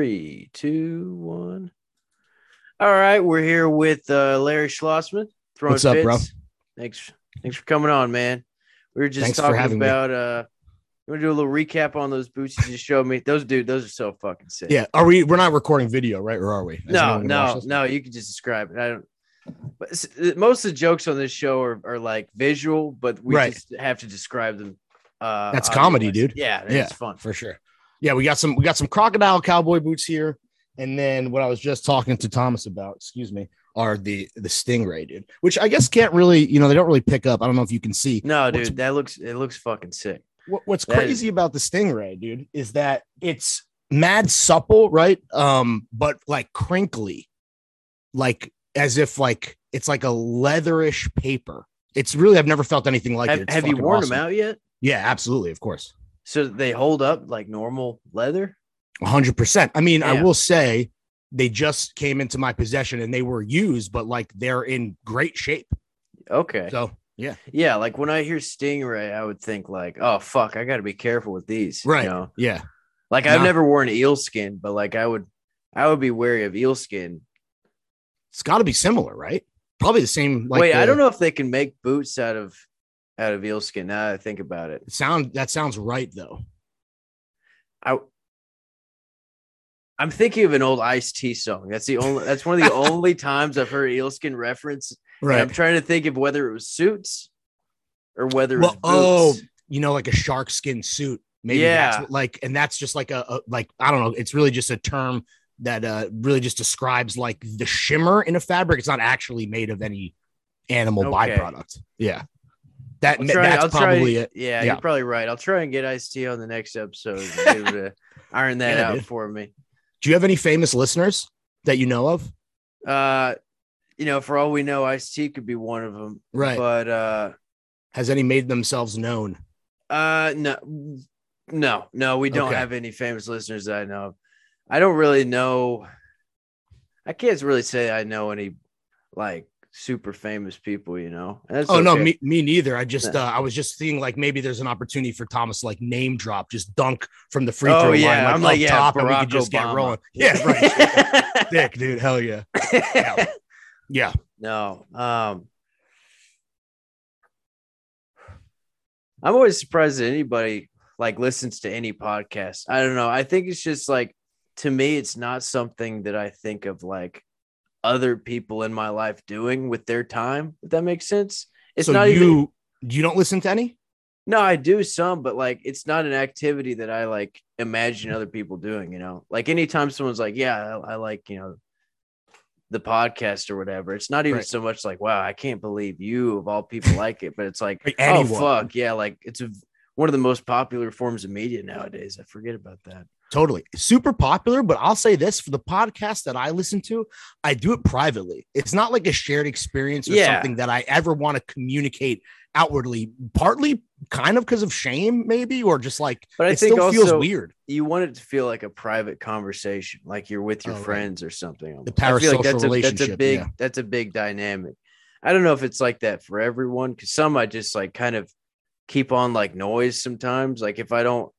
Three, two, one. All right, we're here with uh, Larry Schlossman. Throwing What's up, fits. bro? Thanks, thanks for coming on, man. We were just Thanks for talking having me. about. uh You want to do a little recap on those boots you just showed me? Those dude, those are so fucking sick. Yeah, are we? We're not recording video, right? Or are we? Is No, anyone gonna watch no, this? no. You can just describe it. I don't. But s- uh, most of the jokes on this show are, are like visual, but we Right. just have to describe them. Uh, That's comedy, audio-wise. dude. Yeah, Yeah. it's fun. for sure. Yeah, we got some. We got some crocodile cowboy boots here, and then what I was just talking to Thomas about, excuse me, are the the stingray, dude. Which I guess can't really, you know, they don't really pick up. I don't know if you can see. No, What's- dude, that looks it looks fucking sick. What, what's That is- crazy about the stingray, dude, is that it's mad supple, right? Um, but like crinkly, like as if like it's like a leatherish paper. It's really I've never felt anything like have it. It's have you fucking worn awesome. them out yet? Yeah, absolutely, of course. So they hold up like normal leather. 100%. I mean, Yeah. I will say they just came into my possession and they were used, but like they're in great shape. Okay. So, yeah. yeah, like when I hear stingray, I would think like, oh fuck, I got to be careful with these. Right. You know? Yeah. Like I've No. never worn eel skin, but like I would, I would be wary of eel skin. It's got to be similar, right? Probably the same. Like, Wait, I the- don't know if they can make boots out of out of eel skin. Now that I think about it, Sound that sounds right though. I. I'm thinking of an old Ice T song. That's the only. That's one of the only times I've heard eel skin reference. And I'm trying to think of whether it was suits or whether it was Well, oh, boots. you know, like a shark skin suit. Maybe Yeah. that's what, like, and that's just like a, a, like, I don't know. It's really just a term that uh really just describes like the shimmer in a fabric. It's not actually made of any animal Okay. byproduct. Yeah. That, I'll ma- try- that's I'll try- probably it. Yeah, Yeah. you're probably right. I'll try and get Ice T on the next episode and be able to iron that Yeah, out dude. for me. Do you have any famous listeners that you know of? Uh, you know, for all we know, Ice T could be one of them. Right. But uh, Has any made themselves known? uh, no, no, no, we don't Okay. have any famous listeners that I know of. I don't really know. I can't really say I know any like super famous people. You know. And that's Oh no, okay. me, me neither. I just uh, I was just seeing like maybe there's an opportunity for Thomas to, like name drop, just dunk from the free Oh, throw yeah. line, like, I'm like, up yeah, top, and we could Barack just Obama. get rolling. Yeah, right. right. Dick, dude, hell yeah, yeah. No. Um I'm always surprised that anybody like listens to any podcast. I don't know. I think it's just like to me it's not something that I think of like other people in my life doing with their time. If that makes sense. It's so not you even you don't listen to any? No, I do some, but like it's not an activity that I like imagine other people doing, you know. Like anytime someone's like, Yeah, I, I like, you know, the podcast or whatever, it's not even Right. so much like, Wow, I can't believe you of all people like it, but it's like, Like Oh anyone. fuck, yeah, like it's a, one of the most popular forms of media nowadays. I forget about that. Totally, super popular. But I'll say this for the podcast that I listen to, I do it privately. It's not like a shared experience or Yeah. something that I ever want to communicate outwardly. Partly, kind of because of shame, maybe, or just like But I it think still also feels weird. you want it to feel like a private conversation, like you're with your Oh, right. friends or something. The I feel like that's a, parasocial That's a relationship, big yeah. that's a big dynamic. I don't know if it's like that for everyone because some I just like kind of keep on like noise sometimes. Like if I don't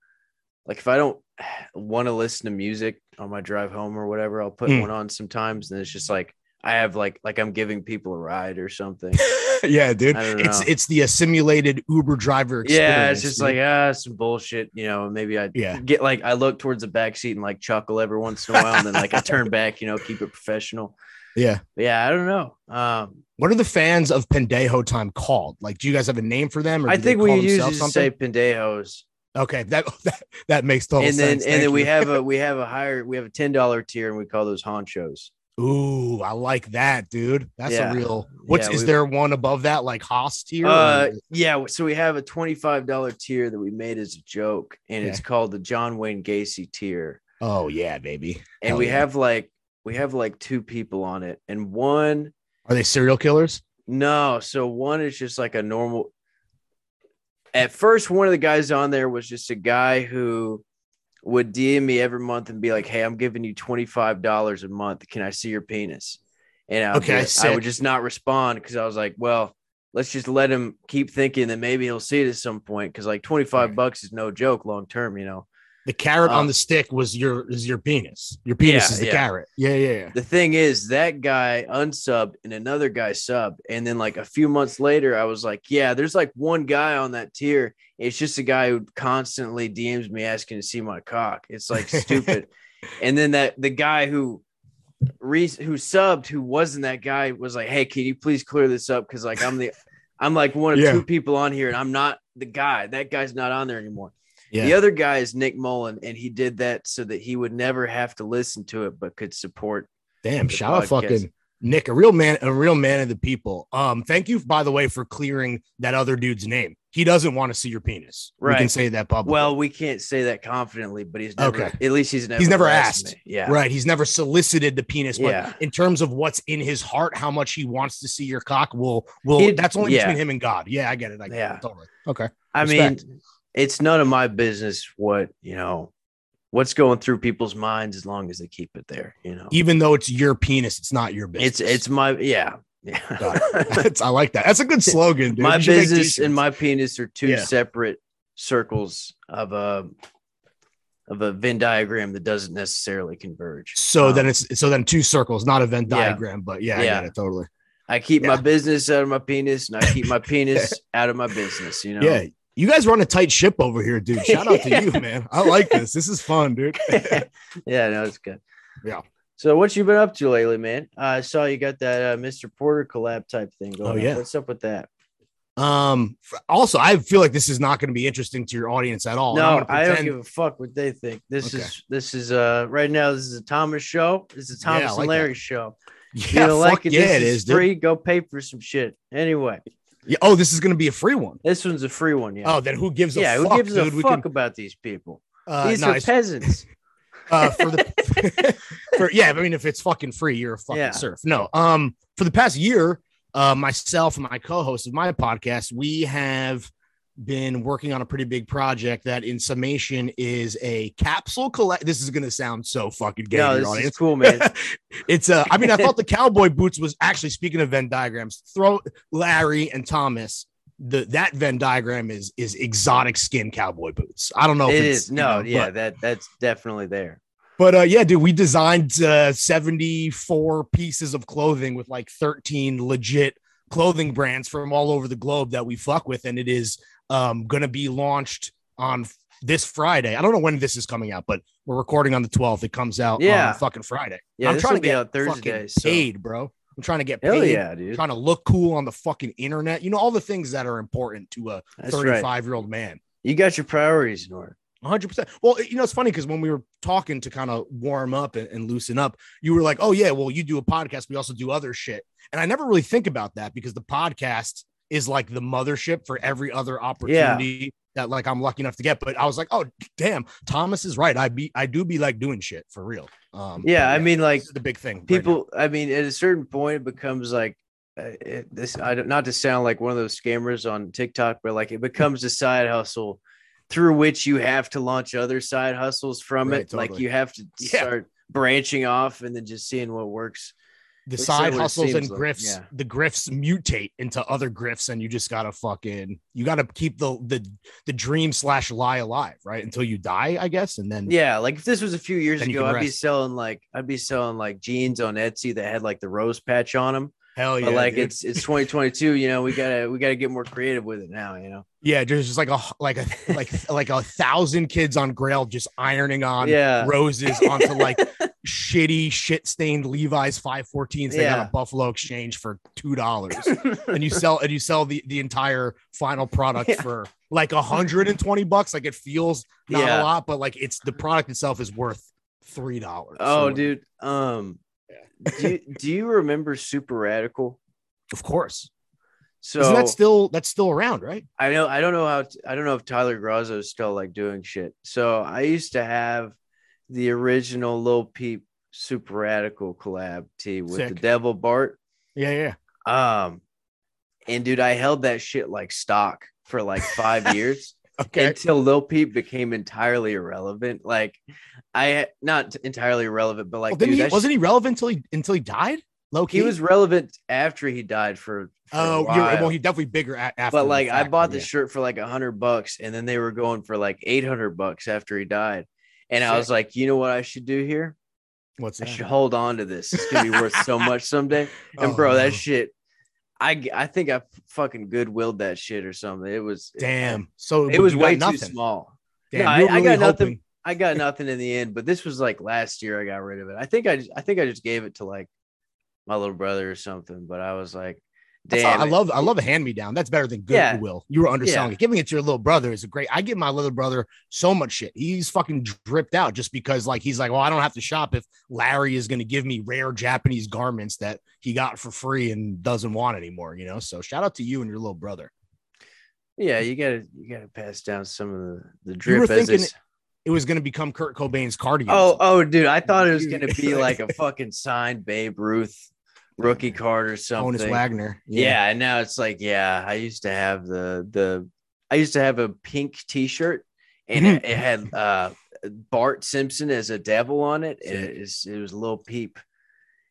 like if I don't want to listen to music on my drive home or whatever, I'll put Mm. one on sometimes, and it's just like I have like like I'm giving people a ride or something. yeah, dude. I don't It's know. it's the uh, simulated Uber driver experience. yeah, it's just like dude. ah, some bullshit. You know, maybe I yeah, get like I look towards the back seat and like chuckle every once in a while, and then like I turn back, you know, keep it professional. yeah. But yeah, I don't know. Um, What are the fans of Pendejo time called? Like, do you guys have a name for them? Or I do they think we call usually themselves just say pendejos, okay, that that, that makes total and then sense. and Thank then we you. have a we have a higher we have a ten dollar tier, and we call those honchos. Ooh, I like that, dude. That's Yeah. a real. What's Yeah, is we- there one above that, like Haas tier? or- Uh, yeah. So we have a twenty five dollar tier that we made as a joke, and it's called the John Wayne Gacy tier. oh yeah, baby. And Hell we yeah. have like we have like two people on it, and one Are they serial killers? No, so one is just like a normal. At first, one of the guys on there was just a guy who would DM me every month and be like, "Hey, I'm giving you twenty five dollars a month. Can I see your penis?" And I would, Okay, be- I would sick. just not respond because I was like, "Well, let's just let him keep thinking that maybe he'll see it at some point." Because like twenty five Right. bucks is no joke long term, you know. The carrot Uh, on the stick was your is your penis. Your penis Yeah, is the yeah. carrot. Yeah, yeah, yeah. The thing is, that guy unsubbed and another guy subbed. And then, like, a few months later, I was like, yeah, there's like one guy on that tier. It's just a guy who constantly DMs me asking to see my cock. It's like stupid. and then that the guy who re- who subbed who wasn't that guy was like, hey, can you please clear this up? Cause like I'm the I'm like one of Yeah. two people on here and I'm not the guy. That guy's not on there anymore. Yeah. The other guy is Nick Mullen, and he did that so that he would never have to listen to it, but could support. Damn, the shout out podcast. fucking Nick, a real man, a real man of the people. Um, thank you, by the way, for clearing that other dude's name. He doesn't want to see your penis. We can Right. say that publicly. Well, we can't say that confidently, but he's never. Okay. At least he's never. He's never asked. me. Yeah. right. He's never solicited the penis, but Yeah. in terms of what's in his heart, how much he wants to see your cock, will will He- that's only yeah. between him and God. Yeah, I get it. I get Yeah. it. Totally. Okay. I Respect. mean, it's none of my business what you know, what's going through people's minds as long as they keep it there. You know, Even though it's your penis, it's not your it's business. it's my yeah Got yeah. That's- I like that. That's a good slogan. Dude. my You should make business t-shirts. and my penis are two Yeah. separate circles of a of a Venn diagram that doesn't necessarily converge. so Um, then it's so then two circles, not a Venn Yeah. diagram, but yeah, I Yeah. get it totally. I keep my Yeah. business out of my penis, and I keep my penis out of my business. You know, Yeah. You guys run a tight ship over here, dude. Shout out Yeah. to you, man. I like this. This is fun, dude. yeah, no, it's good. Yeah. So what you been up to lately, man? I saw you got that uh, Mr. Porter collab type thing going. Oh, on. yeah. what's up with that? Um, f- also, I feel like this is not going to be interesting to your audience at all. Oh, and I'm no, gonna I don't pretend- give a fuck what they think. This Okay. is this is uh right now. This is a Thomas show. This is a Yeah, I Thomas like and that. Larry show. Yeah, you know, fuck like it, yeah, this it is, dude. free. Go pay for some shit. Anyway, Yeah, oh, this is going to be a free one. this one's a free one. Yeah. Oh, then who gives a yeah. fuck, who gives dude? a we fuck can about these people? uh, these nice. are peasants. uh, for the for yeah, I mean, if it's fucking free, you're a fucking Yeah. surf. No, um, for the past year, uh, myself and my co-host of my podcast, we have been working on a pretty big project that, in summation, is a capsule collect. This is gonna sound so fucking gay, to no, your this audience. is cool, man. it's uh, I mean, I thought the cowboy boots was actually speaking of Venn diagrams. Throw Larry and Thomas. The that Venn diagram is is exotic skin cowboy boots. I don't know. it if it's, is no, you know, yeah. but- That that's definitely there. but uh, yeah, dude, we designed uh, 74 pieces of clothing with like 13 legit clothing brands from all over the globe that we fuck with. And it is um, going to be launched on f- this Friday. I don't know when this is coming out, but we're recording on the 12th. It comes out Yeah. on fucking Friday. Yeah, I'm this trying will to be get out Thursday. fucking So. paid, bro. I'm trying to get Hell paid. yeah, dude. Trying to look cool on the fucking internet. You know, all the things that are important to a That's right. 35 year old man. You got your priorities in order. 100%. Well, you know, it's funny because when we were talking to kind of warm up and, and loosen up, you were like, oh, yeah, well, you do a podcast. We also do other shit. And I never really think about that because the podcast is like the mothership for every other opportunity that like I'm lucky enough to get. But I was like, oh, damn, Thomas is right. I be I do be like doing shit for real. Um, Yeah, I mean, like this is the big thing. right now. people. I mean, at a certain point, it becomes like uh, it, this. I don't not to sound like one of those scammers on TikTok, but like it becomes a side hustle through which you have to launch other side hustles from Right, it. Like totally. you have to Yeah. start branching off and then just seeing what works. the It's side similar, it hustles and seems like, grifts yeah. the grifts mutate into other grifts and you just gotta fucking you gotta keep the the the dream slash lie alive right until you die i guess and then Yeah, like if this was a few years Then you ago, can I'd be rest. selling like I'd be selling like jeans on Etsy that had like the rose patch on them. hell Oh, yeah but like dude. it's it's 2022 you know we gotta we gotta get more creative with it now you know yeah there's just like a like a like like a thousand kids on grail just ironing on yeah roses onto like shitty shit stained levi's 514s they got Yeah. a buffalo exchange for two dollars and you sell and you sell the the entire final product Yeah. for like 120 bucks like it feels not Yeah. a lot but like it's the product itself is worth three dollars oh dude um Yeah. do, you, do you remember super radical of course so isn't that still that's still around right I know I don't know how t- I don't know if Tyler Grazo is still like doing shit. So I used to have the original Lil Peep Super Radical collab tee with the Sick. Devil Bart. yeah yeah Um and dude, I held that shit like stock for like five years. okay until Lil Peep became entirely irrelevant. Like, I not entirely irrelevant, but like, well, didn't dude, he, that sh- wasn't he relevant until he until he died low he was relevant after he died for. for a oh you're, right. well while. he definitely bigger a- after but the like, I fact, bought yeah. the shirt for like a hundred bucks, and then they were going for like eight hundred bucks after he died. And I was like, you know what I should do here? What's I that? should hold on to this. It's gonna be worth so much someday. And Oh, bro, no. that shit, I g- I think I fucking goodwilled that shit or something. It was Damn. So It was you got way nothing. too small. Damn, No, you were I- I got really nothing. hoping- I got nothing in the end, but this was like last year. I got rid of it. I think I just, I think I just gave it to like my little brother or something. But I was like, That's damn, all- I it. love I love a hand me down. That's better than good Yeah. will. You were underselling it. Giving it to your little brother is a great. I give my little brother so much shit. He's fucking dripped out just because like he's like, well, I don't have to shop if Larry is going to give me rare Japanese garments that he got for free and doesn't want anymore. You know. So shout out to you and your little brother. yeah, you gotta you gotta pass down some of the the You were drip as thinking it's. It was going to become Kurt Cobain's cardigan. Oh oh, dude, I thought it was gonna be Dude. like a fucking signed Babe Ruth rookie card or something. Honus Wagner. Yeah. and now it's like, yeah, I used to have the the I used to have a pink T-shirt, and it, it had uh Bart Simpson as a devil on it, and it, is, it was a little peep.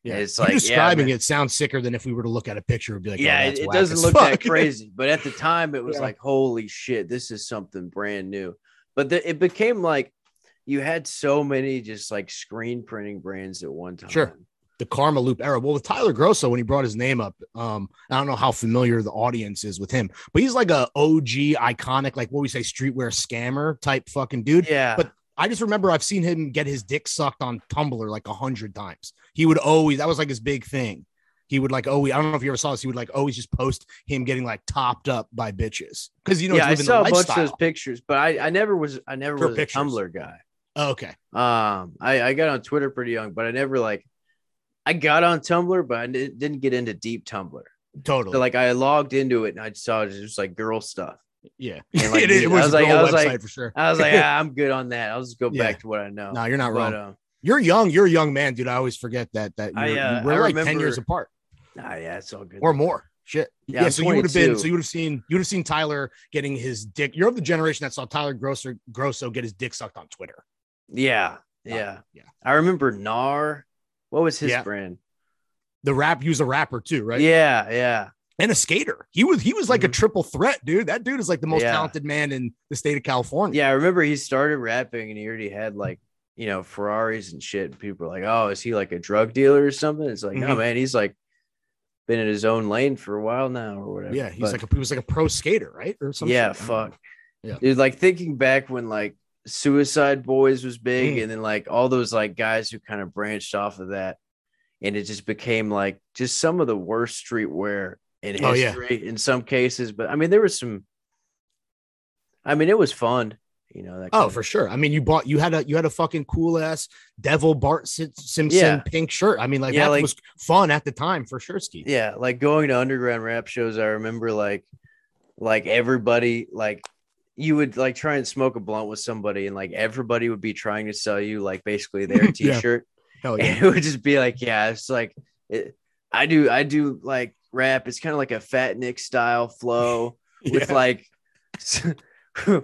Yeah. It's You like, yeah, describing man. it sounds sicker than if we were to look at a picture and be like, oh, yeah, that's it, it whack doesn't as look that fuck. crazy, but at the time it was Yeah. like, holy shit, this is something brand new. But the, it became like you had so many just like screen printing brands at one time. Sure. the karma loop era. Well, with Tyler Grosso, when he brought his name up, um, I don't know how familiar the audience is with him, but he's like a OG iconic, like what we say, streetwear scammer type fucking dude. Yeah, But I just remember I've seen him get his dick sucked on Tumblr like a hundred times. He would always that was like his big thing. He would like always. I don't know if you ever saw this. He would like always just post him getting like topped up by bitches because you know yeah, I he's living saw a the bunch of lifestyle. those pictures, but I I never was I never Pure was a pictures. Tumblr guy. Oh, okay, Um, I, I got on Twitter pretty young, but I never like I got on Tumblr, but I didn't didn't get into deep Tumblr. totally. So like I logged into it and I saw just like girl stuff. yeah, and, like, it, dude, it was, I was a like- girl I was website like- for sure. I was like, ah, I'm good on that. I'll just go Yeah. back to what I know. No, you're not wrong. but um, You're young. You're a young man, dude. I always forget that that I, you're, uh, we're I like ten remember- years apart ah, yeah, it's all good. or more. Shit. Yeah, Yeah. I'm so you would have been. 22. So you would have seen. You would have seen Tyler getting his dick. You're of the generation that saw Tyler Grosser Grosso get his dick sucked on Twitter. yeah, Yeah, yeah, yeah. I remember Nar. What was his Yeah. brand? The rap. He was a rapper too, right? Yeah, yeah. And a skater. He was. He was like Mhm. a triple threat, dude. That dude is like the most Yeah. talented man in the state of California. Yeah, I remember he started rapping and he already had like, you know, Ferraris and shit. And people were like, oh, is he like a drug dealer or something? It's like, no, Mhm. man, he's like been in his own lane for a while now or whatever. Yeah. He's But- like a, he was like a pro skater, right? Or something. yeah, fuck. Yeah. Dude, like thinking back when like Suicide Boys was big Mm. and then like all those like guys who kind of branched off of that and it just became like just some of the worst streetwear in Oh, yeah. history in some cases. But I mean, there was some, I mean, it was fun, you know, that Oh, kinda- for sure. I mean, you bought you had a you had a fucking cool ass Devil Bart Sim- Simpson Yeah. pink shirt. I mean, like Yeah, that like- was fun at the time for sure. Ski. yeah like going to underground rap shows i remember like like everybody like you would like try and smoke a blunt with somebody and like everybody would be trying to sell you like basically their Yeah. t-shirt Hell and it would just be like yeah it's like it, i do i do like rap it's kind of like a fat nick style flow with Yeah. like with Yeah.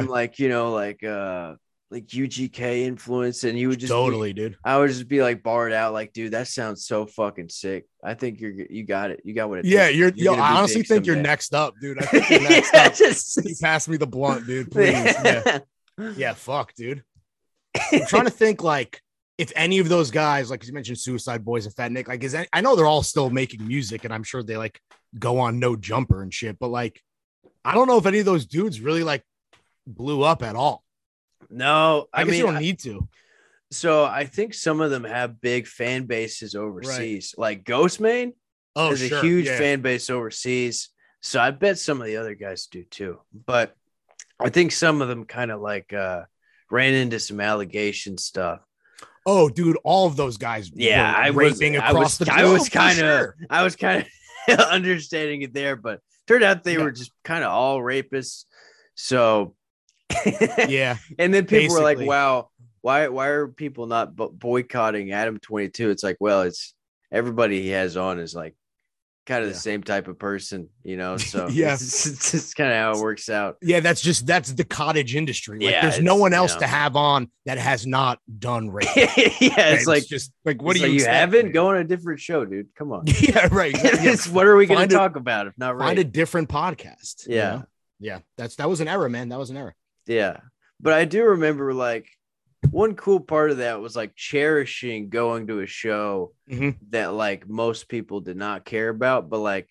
some like you know like uh like ugk influence and you would just be- totally, dude. I would just be like barred out, like, dude, that sounds so fucking sick. I think you're you got it. You got what it Yeah, takes. you're. yo, gonna be I honestly big think you're someday. next up, dude. I think you're next yeah, up. just- You pass me the blunt, dude. Please. Yeah. yeah. Fuck, dude. I'm trying to think like if any of those guys, like you mentioned, Suicide Boys and Fat Nick, like is any, I know they're all still making music, and I'm sure they like go on No Jumper and shit, but like I don't know if any of those dudes really like blew up at all. No, I, I, guess mean, you don't need to. so I think some of them have big fan bases overseas. Like Ghostman Oh, has sure. a huge yeah. fan base overseas. So I bet some of the other guys do too. But I think some of them kind of like uh ran into some allegation stuff. Oh, dude, all of those guys. yeah, were I was, raping I across was, the I was globe, for kind of, sure. I was kind of understanding it there, but turned out they Yeah. were just kind of all rapists. So, Yeah, and then people were like, basically. "Wow, why, why are people not bo- boycotting Adam Twenty Two? It's like, well, it's everybody he has on is like kind of Yeah. the same type of person, you know. So, Yeah. it's, it's, it's kind of how it works out. yeah. That's just that's the cottage industry. Like, Yeah, there's no it's- one else yeah. to have on that has not done rape. yeah, it's like, just like what it's do like, you? expect, haven't man? go on a different show, dude? Come on. Yeah, right. exactly. Yeah. It's- what are we going Find to a- talk about if not right? Find a different podcast. you Yeah. know? yeah. That's that was an error, man. That was an error. Yeah. But I do remember like one cool part of that was like cherishing going to a show Mhm. that like most people did not care about, but like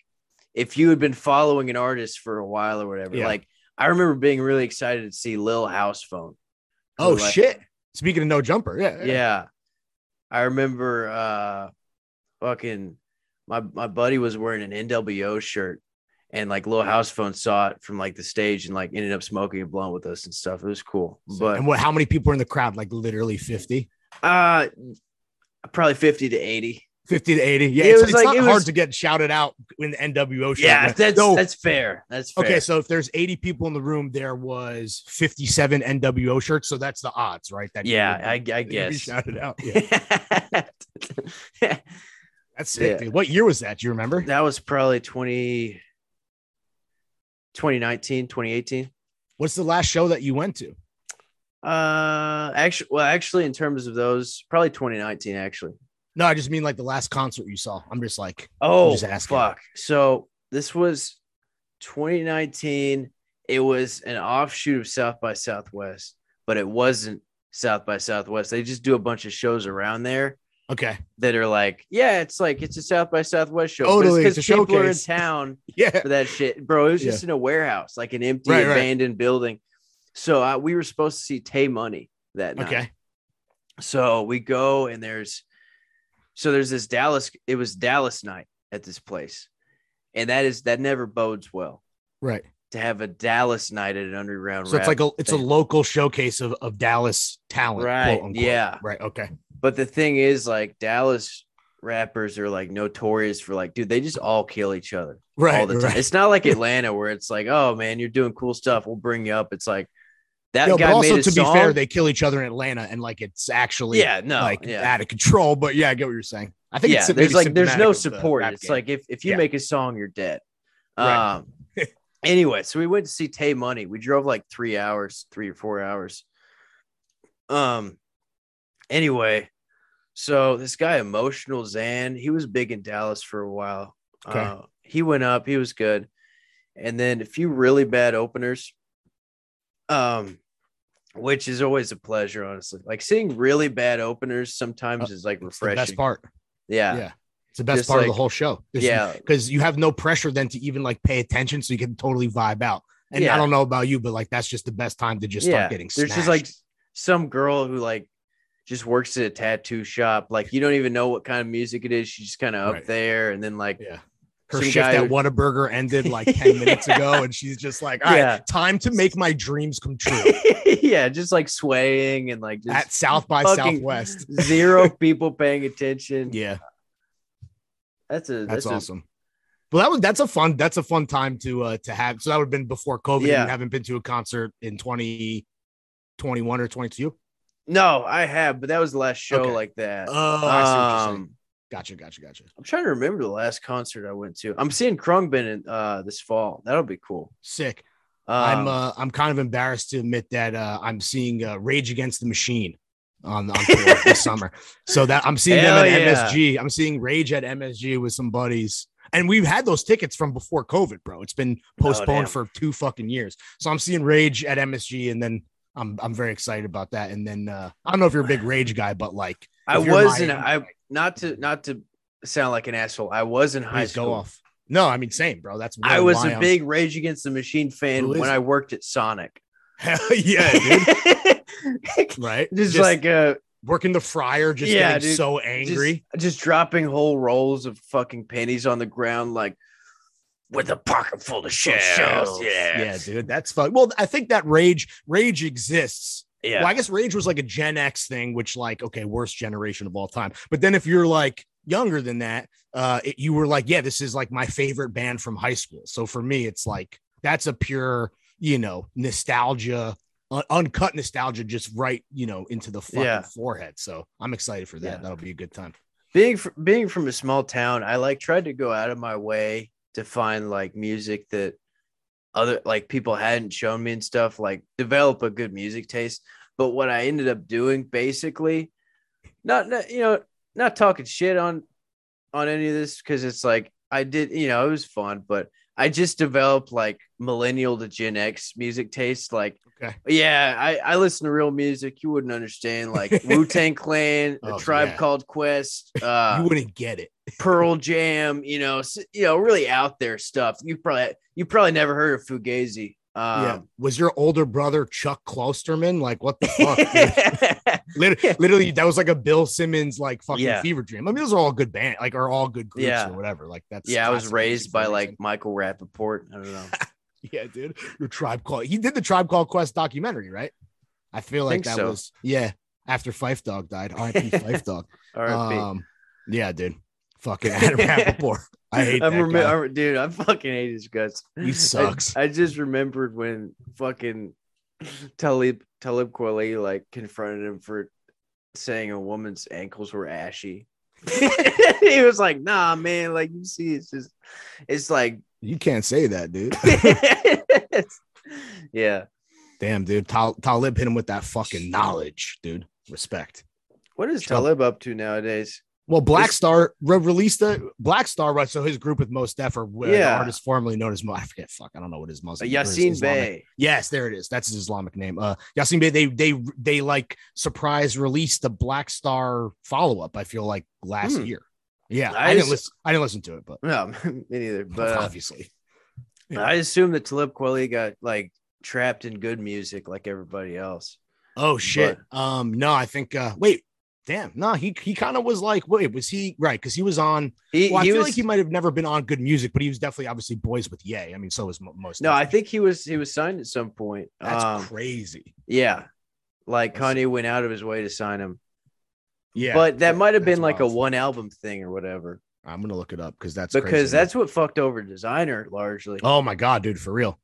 if you had been following an artist for a while or whatever, Yeah. like I remember being really excited to see Lil House Phone. Oh Like, shit! Speaking of no jumper, yeah, Yeah. I remember uh fucking my my buddy was wearing an NWO shirt and like Lil House Phone saw it from like the stage and like ended up smoking a blunt with us and stuff. It was cool. But and what? How many people are in the crowd? Like literally 50? Uh probably 50 to 80. 50 to 80. Yeah, It it's, was it's like- not it hard was- to get shouted out in the NWO show. Yeah, but- that's Oh, No, that's fair. That's fair. okay. So if there's 80 people in the room, there was 57 NWO shirts. So that's the odds, right? That you yeah, would- I, I you'd be guess. shouted out. Yeah, that's sick. Yeah. Dude. What year was that? Do you remember? that was probably 20 2019, 2018. What's the last show that you went to? Uh actually well actually in terms of those probably 2019 actually. No, I just mean like the last concert you saw. I'm just like, Oh just asking. fuck. So this was 2019. It was an offshoot of South by Southwest, but it wasn't South by Southwest. They just do a bunch of shows around there okay, that are like, yeah, it's like it's a South by Southwest show. Totally, because it's a people are in showcase. town yeah, for that shit, bro. It was Yeah. just in a warehouse, like an empty Right, right. abandoned building. So uh, we were supposed to see Tay Money that night. okay, So we go and there's so there's this Dallas, it was Dallas night at this place. And that is that never bodes well right. to have a Dallas night at an underground So it's rap. like a it's a thing. local showcase of, of Dallas talent, Right, Quote, unquote. yeah. right. Okay, but the thing is, like Dallas rappers are like notorious for like, dude, they just all kill each other right. all the time. right. It's not like Atlanta where it's like, oh man, you're doing cool stuff. We'll bring you up. It's like that No, guy but also made a to song. be fair, they kill each other in Atlanta, and like it's actually yeah, no, like yeah. out of control. But yeah, I get what you're saying. I think yeah, it's there's maybe like there's symptomatic no of the support. rap It's game. like if if you Yeah. make a song, you're dead. Right. Um. anyway, so we went to see Tay Money. We drove like three hours, three or four hours. Um. Anyway, so this guy, emotional Zan, he was big in Dallas for a while. Okay. Uh, he went up. He was good, and then a few really bad openers. Um. Which is always a pleasure, honestly. Like seeing really bad openers sometimes is like Uh, it's the best refreshing. part. Yeah. Yeah, it's the best Just part of the like- whole show. yeah. because you have no pressure then to even like pay attention, so you can totally vibe out. And Yeah. I don't know about you, but like that's just the best time to just start getting. There's just like smashed. some girl who like just works at a tattoo shop. Like you don't even know what kind of music it is. She's just kind of up Right. there, and then like yeah. Her some shift guy at who- Whataburger ended like 10 minutes ago, and she's just like, All right, Yeah. time to make my dreams come true yeah, just like swaying and like just at South by fucking Southwest. zero people paying attention. Yeah. That's a that's that's, a- awesome. Well, that was that's a fun that's a fun time to uh to have. So that would have been before COVID. Yeah. You haven't been to a concert in 2021 or 22. no, I have, but that was the last show Okay. like that. Oh, I see what you're saying. um, Gotcha, gotcha, gotcha. I'm trying to remember the last concert I went to. I'm seeing Krungbin in, uh, this fall. That'll be cool. Sick. Um, I'm uh I'm kind of embarrassed to admit that uh I'm seeing uh, Rage Against the Machine on, on tour this summer. So that I'm seeing Hell them at yeah. MSG. I'm seeing Rage at MSG with some buddies. And we've had those tickets from before COVID, bro. It's been postponed Oh, damn. for two fucking years. So I'm seeing Rage at MSG and then I'm I'm very excited about that. And then uh I don't know if you're a big Rage guy, but like I if you're was in. Miami, I not to not to sound like an asshole. I was in high please school. go off. No, I mean same, bro. That's I really was why a I'm- big Rage Against the Machine fan Who when isn't? I worked at Sonic. Hell yeah, dude. just, Right? like uh, working the fryer, just Yeah, getting dude. so angry. just, just dropping whole rolls of fucking pennies on the ground, like with a pocket full of shells. Yeah, yeah, dude, that's fun. Well, I think that rage rage exists. yeah. Well, I guess rage was like a Gen X thing, which like okay, worst generation of all time. But then if you're like younger than that, uh, it, you were like, yeah, this is like my favorite band from high school. So for me, it's like that's a pure, you know, nostalgia. un- Uncut nostalgia just right, you know, into the fucking Yeah. forehead. So I'm excited for that. Yeah. That'll be a good time. being fr- being from a small town, I like tried to go out of my way to find like music that other like people hadn't shown me and stuff. Like develop a good music taste. But what I ended up doing basically, not, not you know, not talking shit on on any of this because it's like I did you know it was fun, but I just developed like millennial to Gen X music taste. Like, Okay. yeah, I, I listen to real music. You wouldn't understand, like Wu Tang Clan, Oh, A Tribe yeah. Called Quest, you uh, wouldn't get it. Pearl Jam. You know, s- you know, really out there stuff. You probably you probably never heard of Fugazi. yeah. Um, Was your older brother Chuck Klosterman? Like what the fuck? dude? yeah. Lit- Literally, that was like a Bill Simmons like fucking Yeah. fever dream. I mean, those are all good band, like are all good groups Yeah. or whatever. Like that's I was classic raised music by for a like reason. Michael Rappaport. I don't know. yeah, dude. Your tribe call. He did the tribe call quest documentary, right? I feel like Think that so. was yeah. After Fife Dog died, R.I.P. Fife Dog. R.I.P. Um, yeah, dude. Fucking Adam Rappaport. I hate I'm that remem- guy. I'm- dude, I fucking hate his guts. He sucks. I, I just remembered when fucking Talib Talib Kweli like confronted him for saying a woman's ankles were ashy. he was like, "Nah, man. Like you see, it's just, it's like, You can't say that, dude. yeah. Damn, dude. Tal- Talib hit him with that fucking knowledge, dude. Respect. What is Trouble. Talib up to nowadays? Well, Black This- Star re- released the Black Star, right? So his group with Most Def or uh, Yeah. the artist formerly known as Mo- I forget, fuck, I don't know what his Muslim or his Yasin Islamic- Bey. Yes, there it is. That's his Islamic name. Uh, Yasin Bey. They they they like surprise released the Black Star follow up. I feel like last Hmm. year. Yeah, I Nice. didn't listen. I didn't listen to it, but, No, me neither. But uh, obviously, Yeah. I assume that Talib Kweli got like trapped in good music like everybody else. Oh shit. um, no, I think uh wait, damn, no, he he kind of was like, wait, was he right? Because he was on He, well, I he feel was like he might have never been on good music, but he was definitely obviously boys with yay. I mean, so was mo- most no, I definitely. think he was he was signed at some point. that's um, crazy. yeah, like That's- Kanye went out of his way to sign him. Yeah, but that might have that's been like a wild. one album thing or whatever, I'm gonna look it up because that's because crazy. that's what fucked over designer largely. oh my god, dude, for real.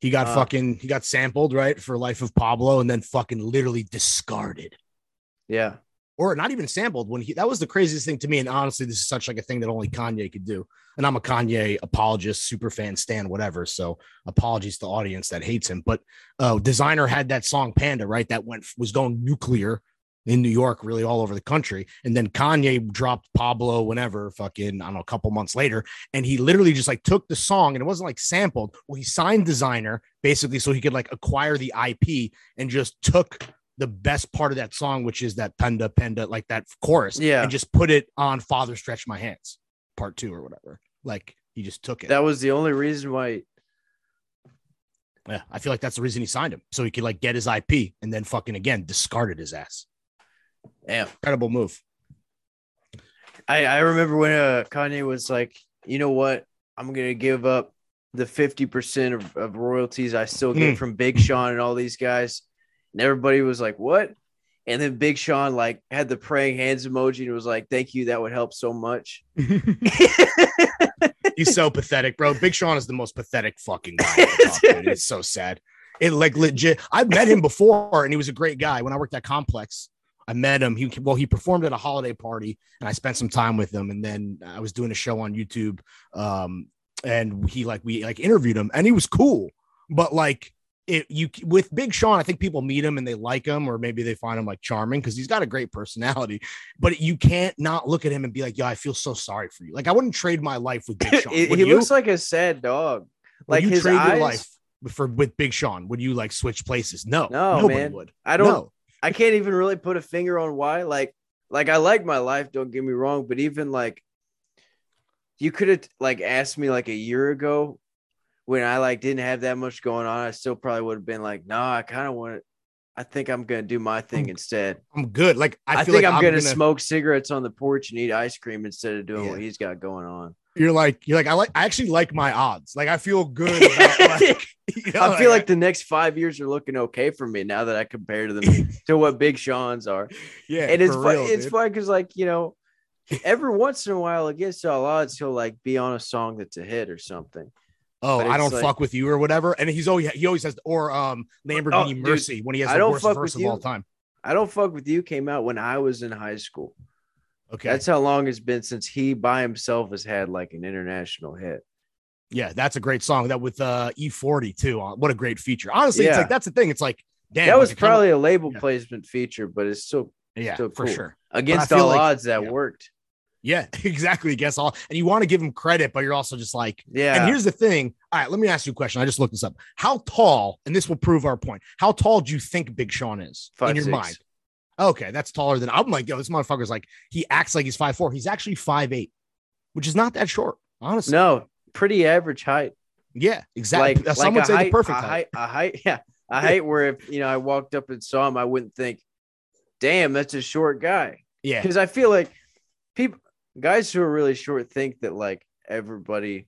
He got Uh, fucking he got sampled right for Life of Pablo and then fucking literally discarded. Yeah, Or not even sampled when he that was the craziest thing to me. And honestly, this is such like a thing that only Kanye could do. And I'm a Kanye apologist, super fan, stan, whatever. So apologies to the audience that hates him. But uh designer had that song Panda, right? That went was going nuclear in New York, really all over the country. And then Kanye dropped Pablo whenever, fucking, I don't know, a couple months later. And he literally just like took the song and it wasn't like sampled. Well, he signed designer basically so he could like acquire the IP and just took the best part of that song, which is that panda panda, like that chorus, Yeah. and just put it on Father Stretch My Hands, part two or whatever. Like he just took it. that was the only reason why. Yeah, I feel like that's the reason he signed him, so he could like get his IP and then fucking again discarded his ass. Damn, Incredible move. I I remember when uh, Kanye was like, you know what, I'm gonna give up the fifty percent of, of royalties I still Hmm. get from Big Sean and all these guys, and everybody was like, what? And then Big Sean like had the praying hands emoji and was like, "Thank you, that would help so much." He's so pathetic, bro. Big Sean is the most pathetic fucking guy. on the top, dude. It's so sad. It like legit. I've met him before, and he was a great guy. When I worked at Complex, I met him. He well, he performed at a holiday party, and I spent some time with him. And then I was doing a show on YouTube, um, and he like we like interviewed him, and he was cool. But like it, you with Big Sean, I think people meet him and they like him, or maybe they find him like charming because he's got a great personality. But you can't not look at him and be like, "Yo, I feel so sorry for you." Like I wouldn't trade my life with Big Sean. he Would he you? looks like a sad dog. Would Like you his trade eyes. your life for with Big Sean? Would you like switch places? No, No, nobody man. would. I don't. No. I can't even really put a finger on why. Like, like I like my life. Don't get me wrong, but even like, you could have like asked me like a year ago when I like didn't have that much going on. I still probably would have been like, no, I kind of want to. I think I'm gonna do my thing instead. I'm good. Like Mm. I, I, feel think like I'm, gonna, smoke cigarettes on the porch and eat ice cream instead of doing Yeah. what he's got going on. You're like you're like I like I actually like my odds. Like I feel good. About, like, you know, I feel like the next five years are looking okay for me now that I compare to them to what Big Sean's are. yeah. and it's for fun, real, it's dude. fun because like you know, every once in a while against all odds he'll like be on a song that's a hit or something. Oh, but I don't it's like- Oh, fuck with you or whatever. And he's always he always has or um Lamborghini dude, Mercy when he has I the don't worst fuck verse with of all you. time. I don't fuck with you came out when I was in high school. Okay. That's how long it's been since he by himself has had like an international hit. yeah, that's a great song. That with uh E40 too. Uh, What a great feature. Honestly, it's Yeah. like that's the thing. It's like damn. that like, was it kinda- probably a label yeah. placement feature, but it's still yeah so for cool. sure. against feel all like- odds that yeah. worked. Yeah, exactly. Guess all. And you want to give him credit, but you're also just like, Yeah. and here's the thing. All right, let me ask you a question. I just looked this up. How tall, and this will prove our point, how tall do you think Big Sean is in Five, your six. mind? Okay, that's taller than I'm like, yo, this motherfucker's like, he acts like he's five four. He's actually five eight, which is not that short, honestly. No, pretty average height. Yeah, exactly. Uh, Some would a say height, the perfect a height. height. A height, yeah, a height where if you know I walked up and saw him, I wouldn't think, "Damn, that's a short guy." Yeah, Because I feel like people, guys who are really short, think that like everybody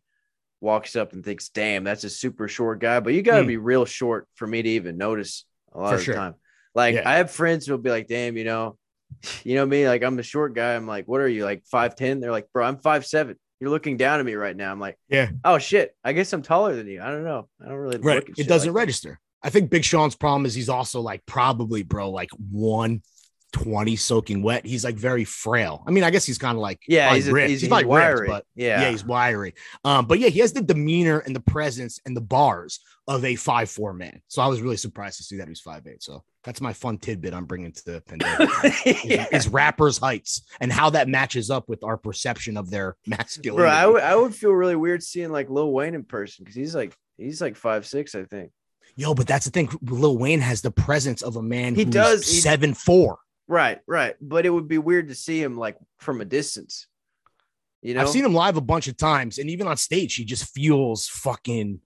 walks up and thinks, "Damn, that's a super short guy." But you got to Mm. be real short for me to even notice a lot For of sure. the time. Like Yeah. I have friends who'll be like, "Damn, you know." You know me, like I'm a short guy. I'm like, what are you, like 5'10? They're like, bro, I'm 5'7. You're looking down at me right now. I'm like, Yeah. oh shit, I guess I'm taller than you. I don't know. I don't really right. look at It shit doesn't like register. I think Big Sean's problem is he's also like probably bro like one twenty soaking wet. He's like very frail. I mean, I guess he's kind of like that. Yeah, probably he's, a, ripped. he's, he's probably ripped, wiry. but yeah. Yeah. he's wiry. Um, but yeah, he has the demeanor and the presence and the bars of a five four man. So I was really surprised to see that he's five eight. So that's my fun tidbit I'm bringing to the pandemic is, Yeah. is rappers' heights and how that matches up with our perception of their masculinity. Bro, I would I would feel really weird seeing like Lil Wayne in person because he's like he's like five six, I think. Yo, but that's the thing. Lil Wayne has the presence of a man. He does, he- seven four. Right, right. But it would be weird to see him like from a distance. You know, I've seen him live a bunch of times, and even on stage, he just feels fucking.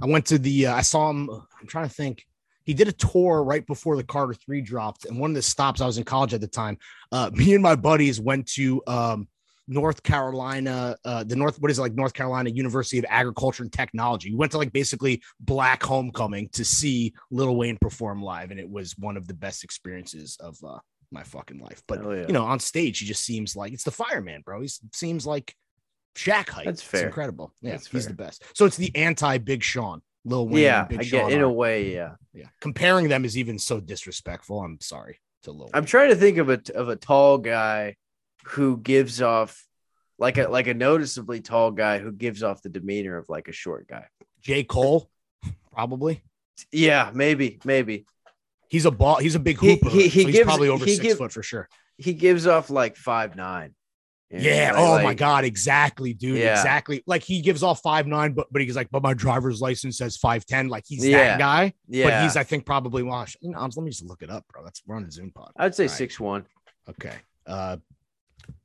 I went to the. Uh, I saw him. I'm trying to think. He did a tour right before the Carter Three dropped, and one of the stops. I was in college at the time. Uh, me and my buddies went to um, North Carolina. Uh, the North. What is it like? North Carolina University of Agriculture and Technology. We went to like basically Black Homecoming to see Lil Wayne perform live, and it was one of the best experiences of uh, my fucking life. But Hell yeah. you know, on stage, he just seems like it's the fireman, bro. He s- seems like Shaq height. That's It's fair. incredible. Yeah, That's he's fair. the best. So it's the anti Big Sean, Lil Wayne. yeah, and Big I Sean get in are- a way, yeah. yeah. Comparing them is even so disrespectful. I'm sorry to Lil. I'm Wayne. trying to think of a of a tall guy who gives off like a like a noticeably tall guy who gives off the demeanor of like a short guy. J Cole, probably. Yeah, maybe, maybe He's a ball. He's a big He- hooper. he- he so he's gives- probably over he six give- foot for sure. he gives off like five nine. Yeah. oh my God. Exactly, dude. Yeah. Exactly. Like he gives off five nine, but but he's like, but my driver's license says five ten. Like he's Yeah. that guy. Yeah, But he's I think probably washed. You know, let me just look it up, bro. That's we're on a Zoom pod. I'd say Right. six one, Okay. Uh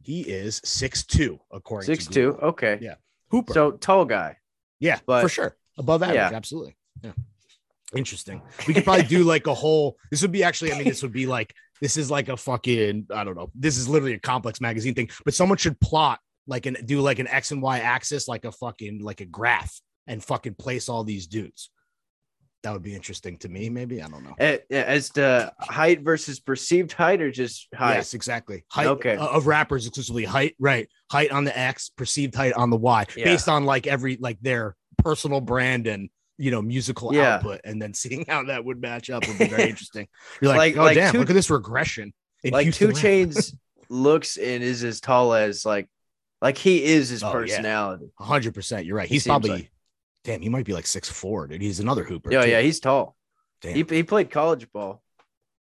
he is six two, according six to two. Google. Okay, Yeah. Hooper. so tall guy. yeah, but- for sure. Above average, Yeah. absolutely. Yeah. Interesting. We could probably do like a whole this would be actually, I mean, this would be like this is like a fucking, I don't know. This is literally a complex magazine thing, but someone should plot like an do like an X and Y axis, like a fucking like a graph and fucking place all these dudes. That would be interesting to me, maybe. I don't know. Eh, eh, As the height versus perceived height, or just height? Yes, exactly. Height Okay. uh, of rappers exclusively. Height, right? Height on the X, perceived height on the Y, Yeah. based on like every like their personal brand and you know musical Yeah. output, and then seeing how that would match up would be very interesting. You're like, Like- oh like damn, two- look at this regression. in Like Houston two rap." chains looks and is as tall as like, like he is his Oh, yeah. personality. A hundred percent. You're right. He He's seems probably. like- Damn, he might be like six four, dude. He's another hooper. Oh, Yeah, too. yeah, he's tall. Damn. He, he played college ball.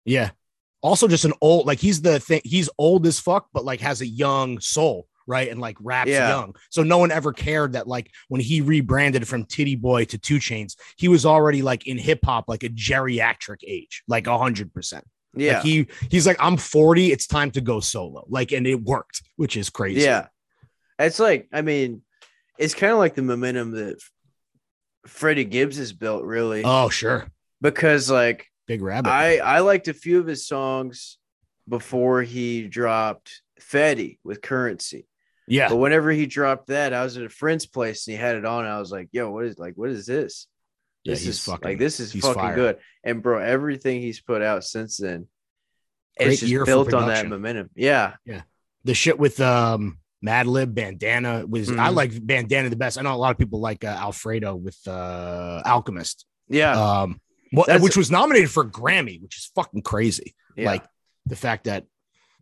Yeah. Also, just an old, like he's the thing. He's old as fuck, but like has a young soul, right? And like raps Yeah. young. So no one ever cared that like when he rebranded from Titty Boy to Two Chains, he was already like in hip hop, like a geriatric age, like a hundred percent. Yeah, Like he he's like, I'm 40. It's time to go solo. Like, and it worked, which is crazy. Yeah. It's like, I mean, it's kind of like the momentum that Freddie Gibbs has built, really. Oh sure, because like Big Rabbit. I, I liked a few of his songs before he dropped Fetty with currency. yeah. But whenever he dropped that, I was at a friend's place and he had it on. I was like, yo, what is like what is this? yeah, This he's is fucking like this is he's fucking fire. good. And bro, everything he's put out since then, Great it's just year for built on that production. momentum. Yeah. the shit with um Madlib Bandana was I Mhm. like Bandana the best. I know a lot of people like uh, Alfredo with uh Alchemist. Yeah. Um what, That's- which was nominated for a Grammy, which is fucking crazy. yeah. Like the fact that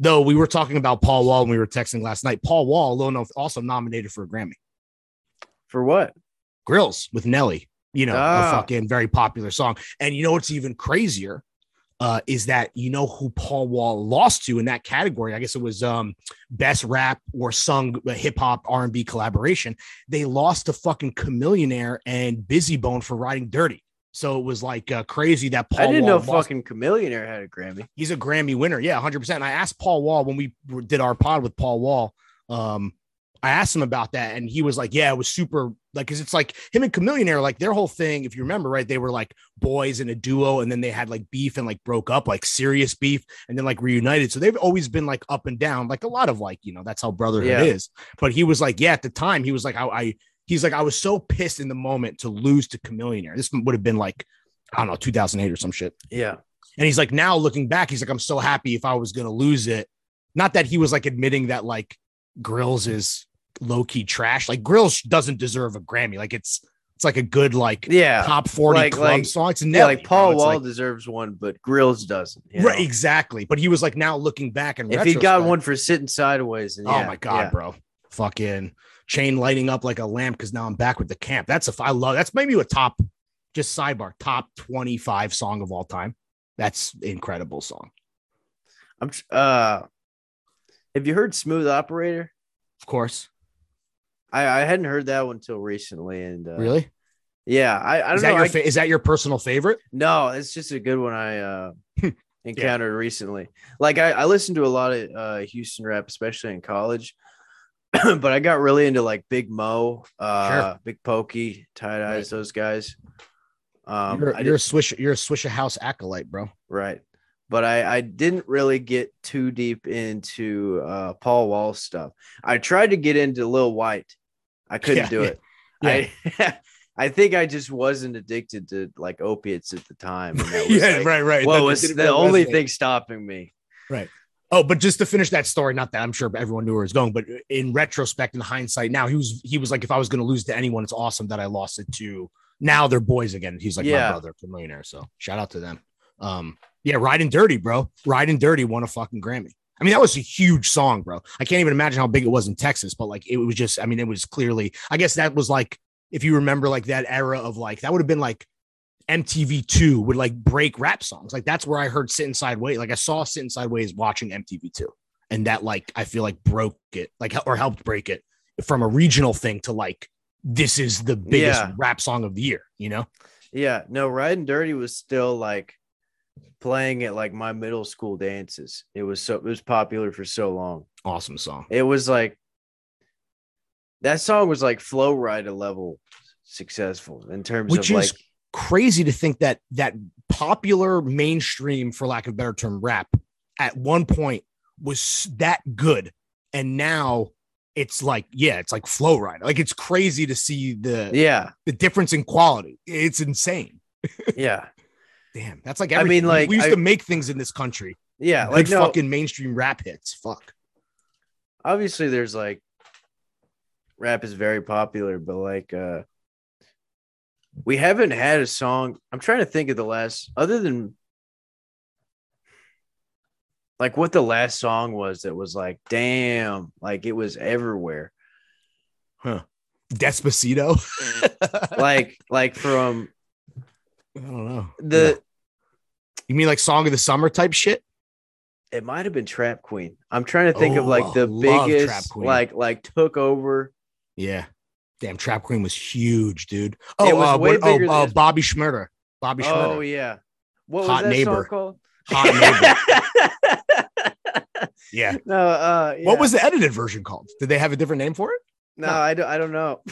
though we were talking about Paul Wall when we were texting last night, Paul Wall alone of- also nominated for a Grammy. for what? Grills with Nelly, you know, Ah. a fucking very popular song. And you know what's even crazier? uh, is that you know who Paul Wall lost to in that category? I guess it was um, best rap or sung uh, hip hop R and B collaboration. They lost to fucking Chameleonaire and Busy Bone for Riding Dirty. So it was like uh, crazy that Paul. I didn't Wall know lost- fucking Chameleonaire had a Grammy. He's a Grammy winner. Yeah, 100%. I asked Paul Wall when we were- did our pod with Paul Wall. Um, I asked him about that, and he was like, Yeah, it was super. Like, cause it's like him and Chameleonaire, like their whole thing, if you remember, right? They were like boys in a duo, and then they had like beef and like broke up, like serious beef, and then like reunited. So they've always been like up and down, like a lot of like, you know, that's how brotherhood Yeah. is. But he was like, Yeah, at the time, he was like, I, I, he's like, I was so pissed in the moment to lose to Chameleonaire. This would have been like, I don't know, 2008 or some shit. Yeah. And he's like, now looking back, he's like, I'm so happy if I was going to lose it. Not that he was like admitting that like Grills is low key trash. Like Grills doesn't deserve a Grammy. Like it's it's like a good like Yeah. top forty Like- club like- song. It's yeah, Nelly, like Paul bro. It's Wall like- deserves one, but Grills doesn't. you right? know? Exactly. But he was like, now looking back and If he got one for sitting sideways, and Oh yeah, my god, yeah. bro! Fucking chain lighting up like a lamp because now I'm back with the camp. That's if I love. That's maybe a top. Just sidebar, top twenty five song of all time. That's incredible song. I'm. tr- Uh, have you heard Smooth Operator? Of course, I, I hadn't heard that one until recently, and uh, really. yeah, I, I don't is that know. your I- fa- is that your personal favorite? no, it's just a good one I uh, encountered recently. Like I, I listened to a lot of uh, Houston rap, especially in college, but I got really into like Big Mo, uh, Big Pokey, Tight Eyes, those guys. Um, you're, I you're a did, swish you're a swisher house acolyte, bro. right, but I, I didn't really get too deep into uh, Paul Wall stuff. I tried to get into Lil White, I couldn't Yeah, do yeah, it. I I think I just wasn't addicted to like opiates at the time. and that was, like, right, right. what That was didn't the really only resonate. thing stopping me? Oh, but just to finish that story, not that I'm sure everyone knew where it was going, but in retrospect and hindsight, now he was he was like, if I was going to lose to anyone, it's awesome that I lost it to. Now they're boys again. He's like Yeah. my brother, the millionaire. So shout out to them. Um, yeah, riding dirty, bro. Riding dirty won a fucking Grammy. I mean, that was a huge song, bro. I can't even imagine how big it was in Texas, but like it was just, I mean, it was clearly, I guess that was like, if you remember like that era of like, that would have been like MTV2 would like break rap songs. Like that's where I heard Sit Inside Ways. Like I saw Sit Inside Ways watching MTV2. And that like, I feel like broke it, like, or helped break it from a regional thing to like, this is the biggest Yeah. rap song of the year, you know? Yeah, no, riding dirty was still like playing at like my middle school dances. It was so it was popular for so long. Awesome song. It was like that song was like flow rider level successful in terms Which of is like crazy to think that that popular mainstream, for lack of a better term, rap at one point was that good, and now it's like yeah, it's like flow rider. Like it's crazy to see the yeah, the difference in quality. It's insane. yeah, Damn, that's like I mean, everything. We- like, we used I- to make things in this country. yeah. like Like no, fucking mainstream rap hits. Fuck. obviously there's like rap is very popular, but like uh we haven't had a song. I'm trying to think of the last other than like what the last song was that was like damn, like it was everywhere. Despacito. Like like from I don't know. the Yeah. you mean like song of the summer type shit? it might have been Trap Queen. I'm trying to think of Oh, like the love Trap biggest Queen. like like took over. Yeah. Damn, Trap Queen was huge, dude. Oh, was uh, way what- oh, bigger than uh, this- Bobby Schmurder. Bobby Oh Schmurder. yeah. What Hot was that Neighbor. song called? Hot neighbor. Yeah. no, uh, yeah. What was the edited version called? Did they have a different name for it? No, No. I don't. I don't know.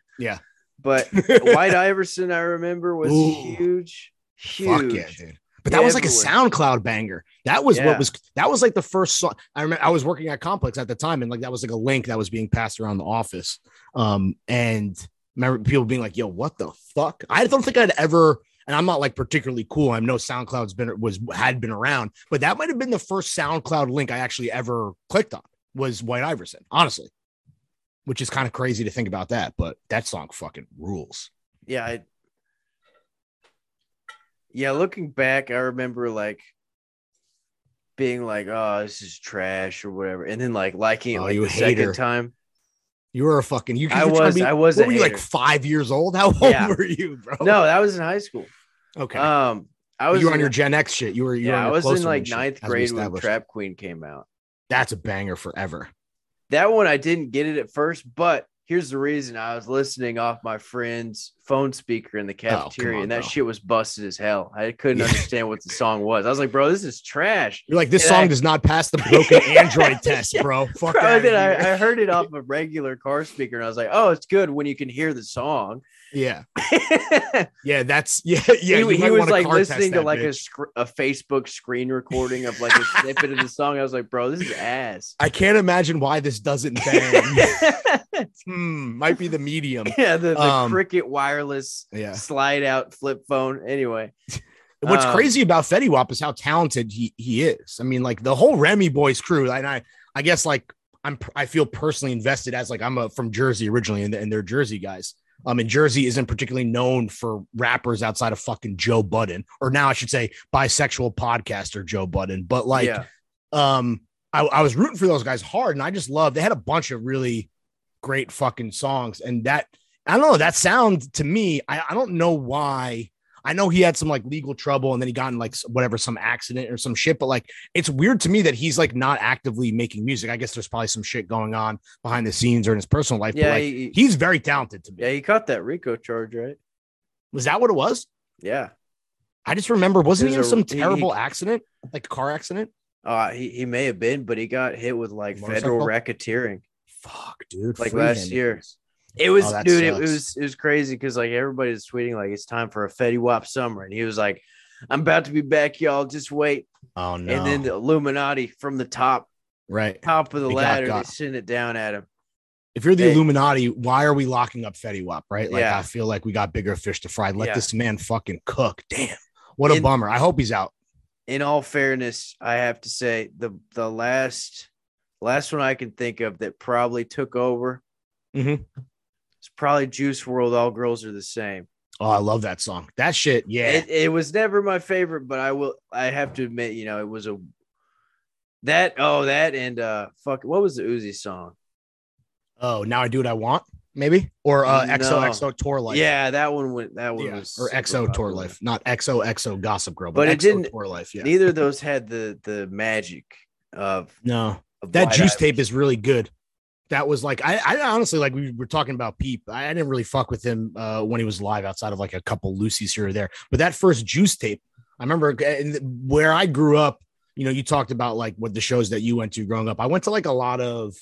Yeah. but White Iverson, I remember was Ooh. huge, Fuck huge. yeah, dude. But that was like a Everywhere. SoundCloud banger. That was Yeah. what was that was like the first song. I remember I was working at Complex at the time, and like that was like a link that was being passed around the office. Um, and remember people being like, "Yo, what the fuck?" I don't think I'd ever. And I'm not like particularly cool. I know SoundCloud's been was had been around, but that might have been the first SoundCloud link I actually ever clicked on was White Iverson, honestly. Which is kind of crazy to think about that, but that song fucking rules. yeah, I, yeah. Looking back, I remember like being like, "Oh, this is trash" or whatever, and then like liking it Oh, like you the second hater. time. You were a fucking you. I you're trying to was, be- I was a What were you like hater. five years old? How old Yeah. were you, bro? no, that was in high school. Oh. Okay. Um, I was you were in- on your Gen X shit. You were you were on yeah, I your was in Closer like and shit, ninth as we grade when established. Trap Queen came out. That's a banger forever. That one I didn't get it at first, but here's the reason I was listening off my friend's phone speaker in the cafeteria, Oh, on, and that bro. shit was busted as hell. I couldn't Yeah. understand what the song was. I was like, bro, this is trash. You're like this Yeah. song does not pass the broken Android test, bro. Fuck Bro, that. then I, I heard it off a regular car speaker, and I was like, oh, it's good when you can hear the song. yeah, yeah, yeah. That's yeah, he, yeah. you he might was wanna like car test listening to that like a, bitch. scr- a Facebook screen recording of like a snippet of the song. I was like, bro, this is ass. I can't imagine why this doesn't bang. hmm, might be the medium. yeah, the, the Um, cricket wireless Yeah. slide out flip phone. Anyway, What's Um, crazy about Fetty Wap is how talented he he is. I mean, like the whole Remy Boys crew, and I I guess like I'm I feel personally invested as like I'm a, from Jersey originally, and, and they're Jersey guys. Um, and Jersey isn't particularly known for rappers outside of fucking Joe Budden, or now I should say bisexual podcaster Joe Budden. But like, yeah, um, I, I was rooting for those guys hard, and I just love they had a bunch of really great fucking songs, and that I don't know that sound to me. I, I don't know why. I know he had some like legal trouble, and then he got in like s- whatever some accident or some shit. But like, it's weird to me that he's like not actively making music. I guess there's probably some shit going on behind the scenes or in his personal life. yeah, but like, he, he's very talented to me. yeah, he caught that Rico charge, right? Was that what it was? Yeah, I just remember wasn't he in There's a- some he- he- terrible accident, like a car accident? uh, he he may have been, but he got hit with like federal Motorcycle? racketeering. Fuck, dude! Like free last him. year. It was, that dude, it, sucks. was it was crazy because like everybody's tweeting like it's time for a Fetty Wap summer, and he was like, "I'm about to be back, y'all. Just wait." Oh no! And then the Illuminati from the top right. top of the They got- ladder, got- they send it down at him. if you're the They- Illuminati, why are we locking up Fetty Wap? Right? Like, Yeah. I feel like we got bigger fish to fry. Let Yeah. this man fucking cook. Damn, what a In- bummer. I hope he's out. in all fairness, I have to say the the last last one I can think of that probably took over. Mhm. It's probably Juice World. All girls are the same. Oh, I love that song. That shit. Yeah, It, it was never my favorite, but I will. I have to admit, you know, it was a that oh that and uh fuck what was the Uzi song? oh, now I do what I want. Maybe or uh, No. XOXO tour life. yeah, that one went. That one Yeah, was or super XO tour popular. life, not XOXO gossip girl, But but, it it didn't- tour life. Yeah, Neither of those had the the magic of, no, of that Wide juice Eye. tape is really good. That was like I, I honestly like we were talking about Peep. I, I didn't really fuck with him uh, when he was live outside of like a couple Lucy's here or there. But that first juice tape, I remember uh, in the- where I grew up. You know, you talked about like what the shows that you went to growing up. I went to like a lot of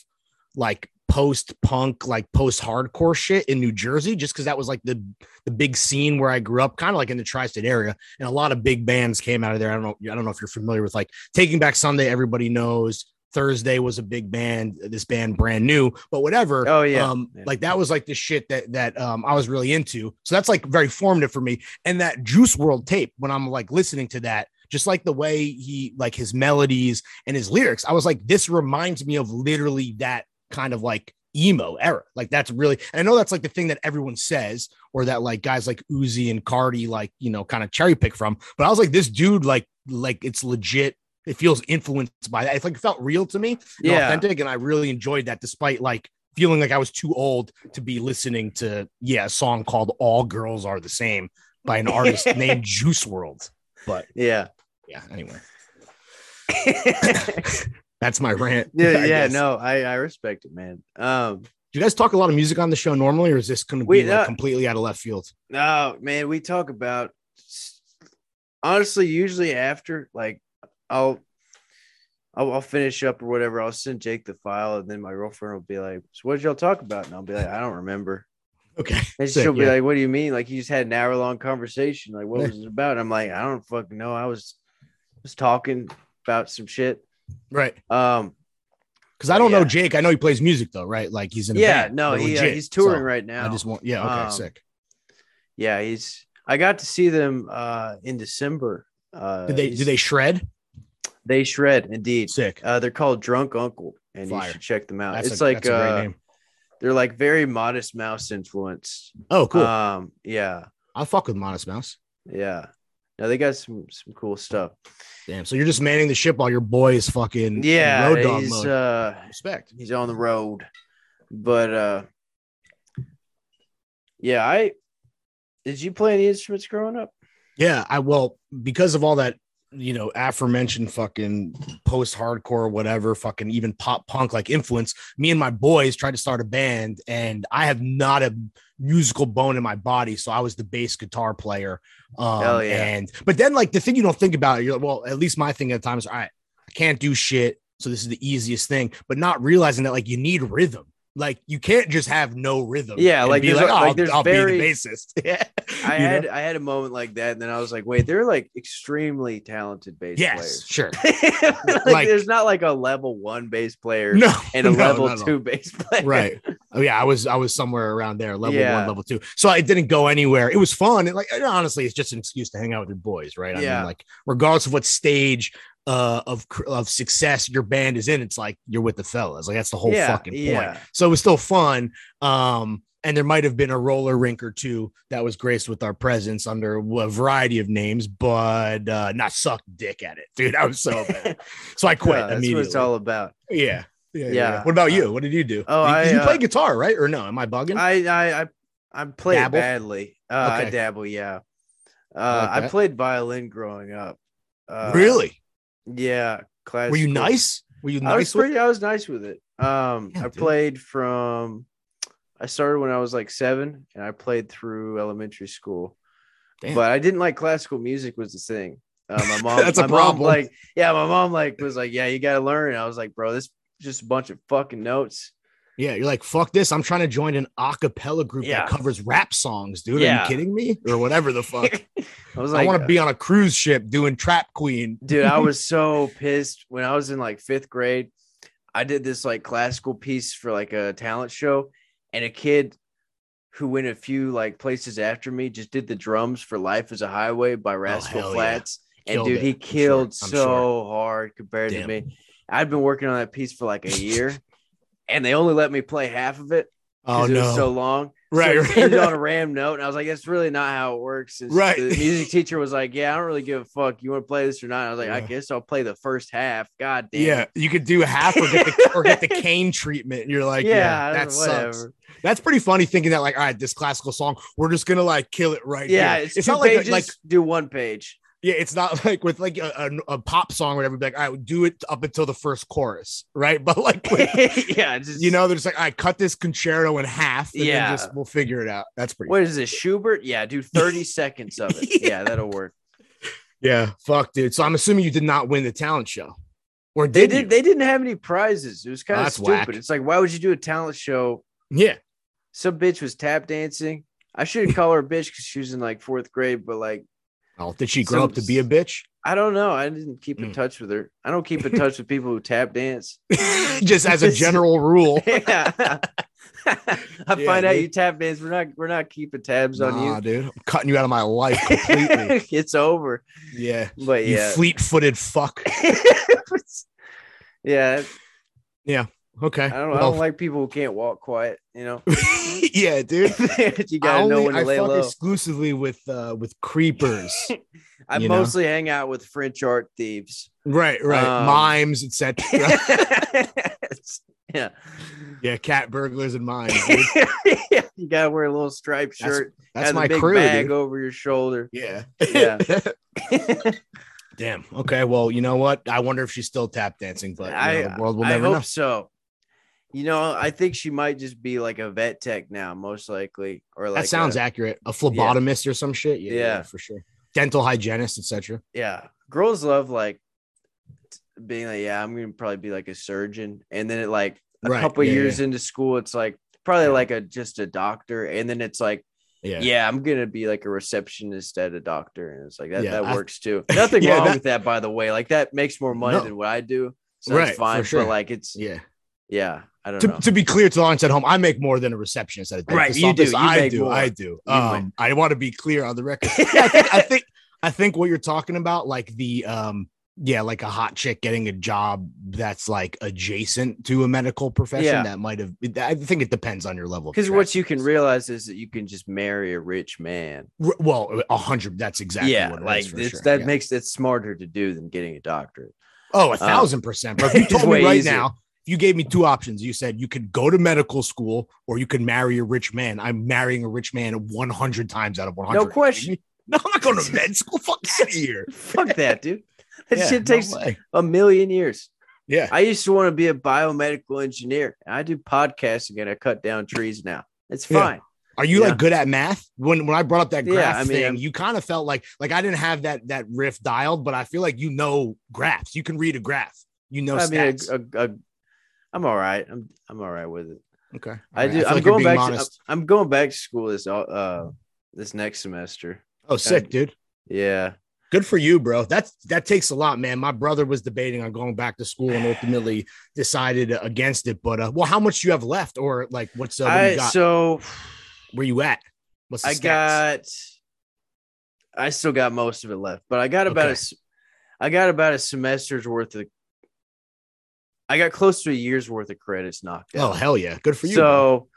like post punk, like post hardcore shit in New Jersey, just because that was like the the big scene where I grew up, kind of like in the tri state area. And a lot of big bands came out of there. I don't know. I don't know if you're familiar with like Taking Back Sunday. Everybody knows Thursday was a big band. This band brand new, but whatever. Oh, yeah. Um, Yeah. Like that was like the shit that that um, I was really into. So that's like very formative for me. And that Juice World tape, when I'm like listening to that, just like the way he like his melodies and his lyrics, I was like, this reminds me of literally that kind of like emo era. Like that's really, and I know that's like the thing that everyone says, or that like guys like Uzi and Cardi, like you know, kind of cherry pick from. But I was like, this dude, like, like it's legit. It feels influenced by that. It's like it felt real to me and yeah. authentic, and I really enjoyed that, despite like feeling like I was too old to be listening to yeah a song called "All Girls Are the Same" by an artist named Juice World. Yeah. Yeah. Anyway, that's my rant. Yeah, I yeah, guess. no, I I respect it, man. Um, Do you guys talk a lot of music on the show normally, or is this going to We- be like, uh, completely out of left field? no, man, we talk about honestly. Usually after, like, I'll, I'll I'll finish up or whatever. I'll send Jake the file, and then my girlfriend will be like, "So what did y'all talk about?" And I'll be like, "I don't remember." Okay. And Sick, she'll be yeah. like, "What do you mean? Like you just had an hour long conversation? Like what Yeah. was it about?" I'm like, "I don't fucking know. I was just talking about some shit." Right. Um, Because I don't Yeah. know Jake. I know he plays music though, right? Like he's in. A yeah, band. no, Like, he, uh, legit. he's touring So, right now. I just want. Yeah. Okay. Um, sick. yeah, he's. I got to see them uh, in December. Uh, Do they do they shred? They shred indeed. Sick. Uh, they're called Drunk Uncle, and you Fire. should check them out. That's it's a, like that's a great uh, name. they're like very Modest Mouse influenced. Oh, cool. Um, yeah, I'll fuck with Modest Mouse. yeah. No, they got some some cool stuff. Damn. So you're just manning the ship while your boy is fucking Yeah, road dog he's mode. uh, Respect. he's on the road, but uh, yeah. I did you play any instruments growing up? Yeah, I will because of all that, you know, aforementioned fucking post hardcore, whatever, fucking even pop punk like influence. Me and my boys tried to start a band, and I have not a musical bone in my body, so I was the bass guitar player. Um, Hell yeah. And but then like the thing you don't think about, you're like, well, at least my thing at the time is all right. I can't do shit, so this is the easiest thing. But not realizing that like you need rhythm. Like you can't just have no rhythm. Yeah, and like, be there's a- "Oh, like, I'll- there's I'll very- be the bassist. Yeah, I You know? had I had a moment like that, and then I was like, wait, they're like extremely talented bass yes, sure. players. like, Like- there's not like a level one bass player No, and a no, level not at all. two bass player. right oh yeah i was i was somewhere around there level Yeah. one level two so i didn't go anywhere it was fun it, like honestly it's just an excuse to hang out with your boys right i Yeah. mean like regardless of what stage uh of cr- of success your band is in it's like you're with the fellas like that's the whole yeah, fucking point yeah. so it was still fun um and there might have been a roller rink or two that was graced with our presence under a variety of names, but uh, not sucked dick at it, dude. I was so bad. So I quit Yeah, that's what immediately. it's all about. Yeah. Yeah, yeah, Yeah. yeah. What about you? What did you do? Oh, you, I, you play uh, guitar, right? Or no? Am I bugging? I I I, I play it Dabble? badly. Uh, I Okay. dabble, yeah. Uh, I like I, that. played violin growing up. Uh, really? Yeah. Classical. Were you nice? Were you I was nice? with- pretty. I was nice with it. Um, Yeah, I dude. played from. I started when I was like seven, and I played through elementary school. Damn. But I didn't like classical music was the thing. Uh, my mom. That's a my mom, problem. like, yeah, my mom like was like, yeah, you got to learn. And I was like, bro, this is just a bunch of fucking notes. yeah, you're like fuck this. I'm trying to join an a cappella group Yeah. that covers rap songs, dude. Are Yeah. you kidding me? Or whatever the fuck. I was I like, uh, want to be on a cruise ship doing Trap Queen. dude i was so pissed when i was in like fifth grade i did this like classical piece for like a talent show and a kid who went a few like places after me just did the drums for life is a highway by rascal Oh, hell yeah. flats and Killed dude it, he I'm sure, killed I'm so sure. hard compared to Damn. me i'd been working on that piece for like a year and they only let me play half of it Oh 'cause it no! was so long right, so right, it ended right. on a ram note, and I was like, "That's really not how it works." It's- Right. The music teacher was like, "Yeah, I don't really give a fuck. You want to play this or not?" I was like, "I Yeah. guess I'll play the first half." God damn. Yeah, it. you could do half or get the, or get the cane treatment. and You're like, yeah, yeah. that whatever. sucks. That's pretty funny thinking that, like, all right, this classical song, we're just gonna like kill it right Yeah, here. it's, two like a- pages. like do one page. Yeah, it's not like with like a, a, a pop song or whatever. be Like, I would do it up until the first chorus, right? But like, with, yeah, just you know, they're just like, I cut this concerto in half. And Yeah. then just, we'll figure it out. That's pretty. What is this, Schubert? Yeah, do thirty seconds of it. Yeah, that'll work. Yeah, fuck, dude. So I'm assuming you did not win the talent show, or They did, did. you? They didn't have any prizes. It was kind of that's stupid. whack. It's like, why would you do a talent show? yeah, Some bitch was tap dancing. I shouldn't call her a bitch because she was in like fourth grade, but like. well, Oh, did she grow Some- up to be a bitch? I don't know. I didn't keep in Mm. touch with her. I don't keep in touch with people who tap dance. just as a Just- general rule, yeah. I Yeah, find out dude. you tap dance. We're not we're not keeping tabs nah, on dude, I'm cutting you out of my life you. completely. it's over. yeah, But you yeah. fleet-footed fuck. yeah. Okay, I don't I well, don't like people who can't walk quiet, you know. yeah, dude. you gotta know when to I lay fuck low. exclusively with uh with creepers. I you know? mostly hang out with French art thieves. right, right. Um, mimes, etc. yeah. yeah, cat burglars and mimes. dude. yeah. You gotta wear a little striped That's- shirt. That's and my a big crew. bag dude. over your shoulder. Yeah. Yeah. Damn. Okay. Well, you know what? I wonder if she's still tap dancing, but you know, I- the world will I never hope know. so. You know, I think she might just be like a vet tech now, most likely. Or like that sounds a, accurate. A phlebotomist or some shit. Yeah, yeah. Yeah. for sure. Dental hygienist, etc. yeah. Girls love like t- being like, yeah, I'm gonna probably be like a surgeon, and then it like a Right, couple yeah, years into school, it's like probably Yeah. like a just a doctor, and then it's like, Yeah. yeah, I'm gonna be like a receptionist at a doctor, and it's like that Yeah, that I- works too. Nothing Yeah, wrong that- with that, by the way. Like that makes more money No. than what I do, so that's Right, for fine. sure. But like, it's Yeah. yeah, I don't To, know. to be clear to the audience at home, I make more than a receptionist at a Right, dentist you do. office. You I make do. more. I do. You Um, I want to be clear on the record. yeah, I think, I think I think what you're talking about, like the um, yeah, like a hot chick getting a job that's like adjacent to a medical profession. Yeah. That might have. I think it depends on your level. of Because what attraction. you can realize is that you can just marry a rich man. R- well, a hundred. That's exactly. yeah, what it like is for it's, sure. that Yeah. makes it smarter to do than getting a doctorate. Oh, a thousand percent, bro. If you It's told way me right easier. now, if you gave me two options, you said you could go to medical school or you could marry a rich man. I'm marrying a rich man 100 times out of 100. No question. No, I'm not going to med school. Fuck out of here. Fuck that, dude. That Yeah, shit no takes way. a million years. Yeah. I used to want to be a biomedical engineer. I do podcasting and I cut down trees now. It's Yeah. fine. Are you Yeah. like good at math? When when I brought up that Yeah, graph I mean, thing, I'm- you kind of felt like like I didn't have that that riff dialed, but I feel like you know graphs. You can read a graph. You know I mean, stats. a, a, a, I'm all right. I'm I'm all right with it. okay. I do. I'm going back. To, uh, I'm I'm going back to school this uh this next semester. oh, sick, dude. Yeah. Good for you, bro. That's that takes a lot, man. My brother was debating on going back to school and ultimately decided against it. But uh, well, how much do you have left, or like what's uh, what do I you got? so where you at? What's the I stats? got. I still got most of it left, but I got about Okay. a s- I got about a semester's worth of. I got close to a year's worth of credits knocked out. Oh hell yeah, good for you. bro. so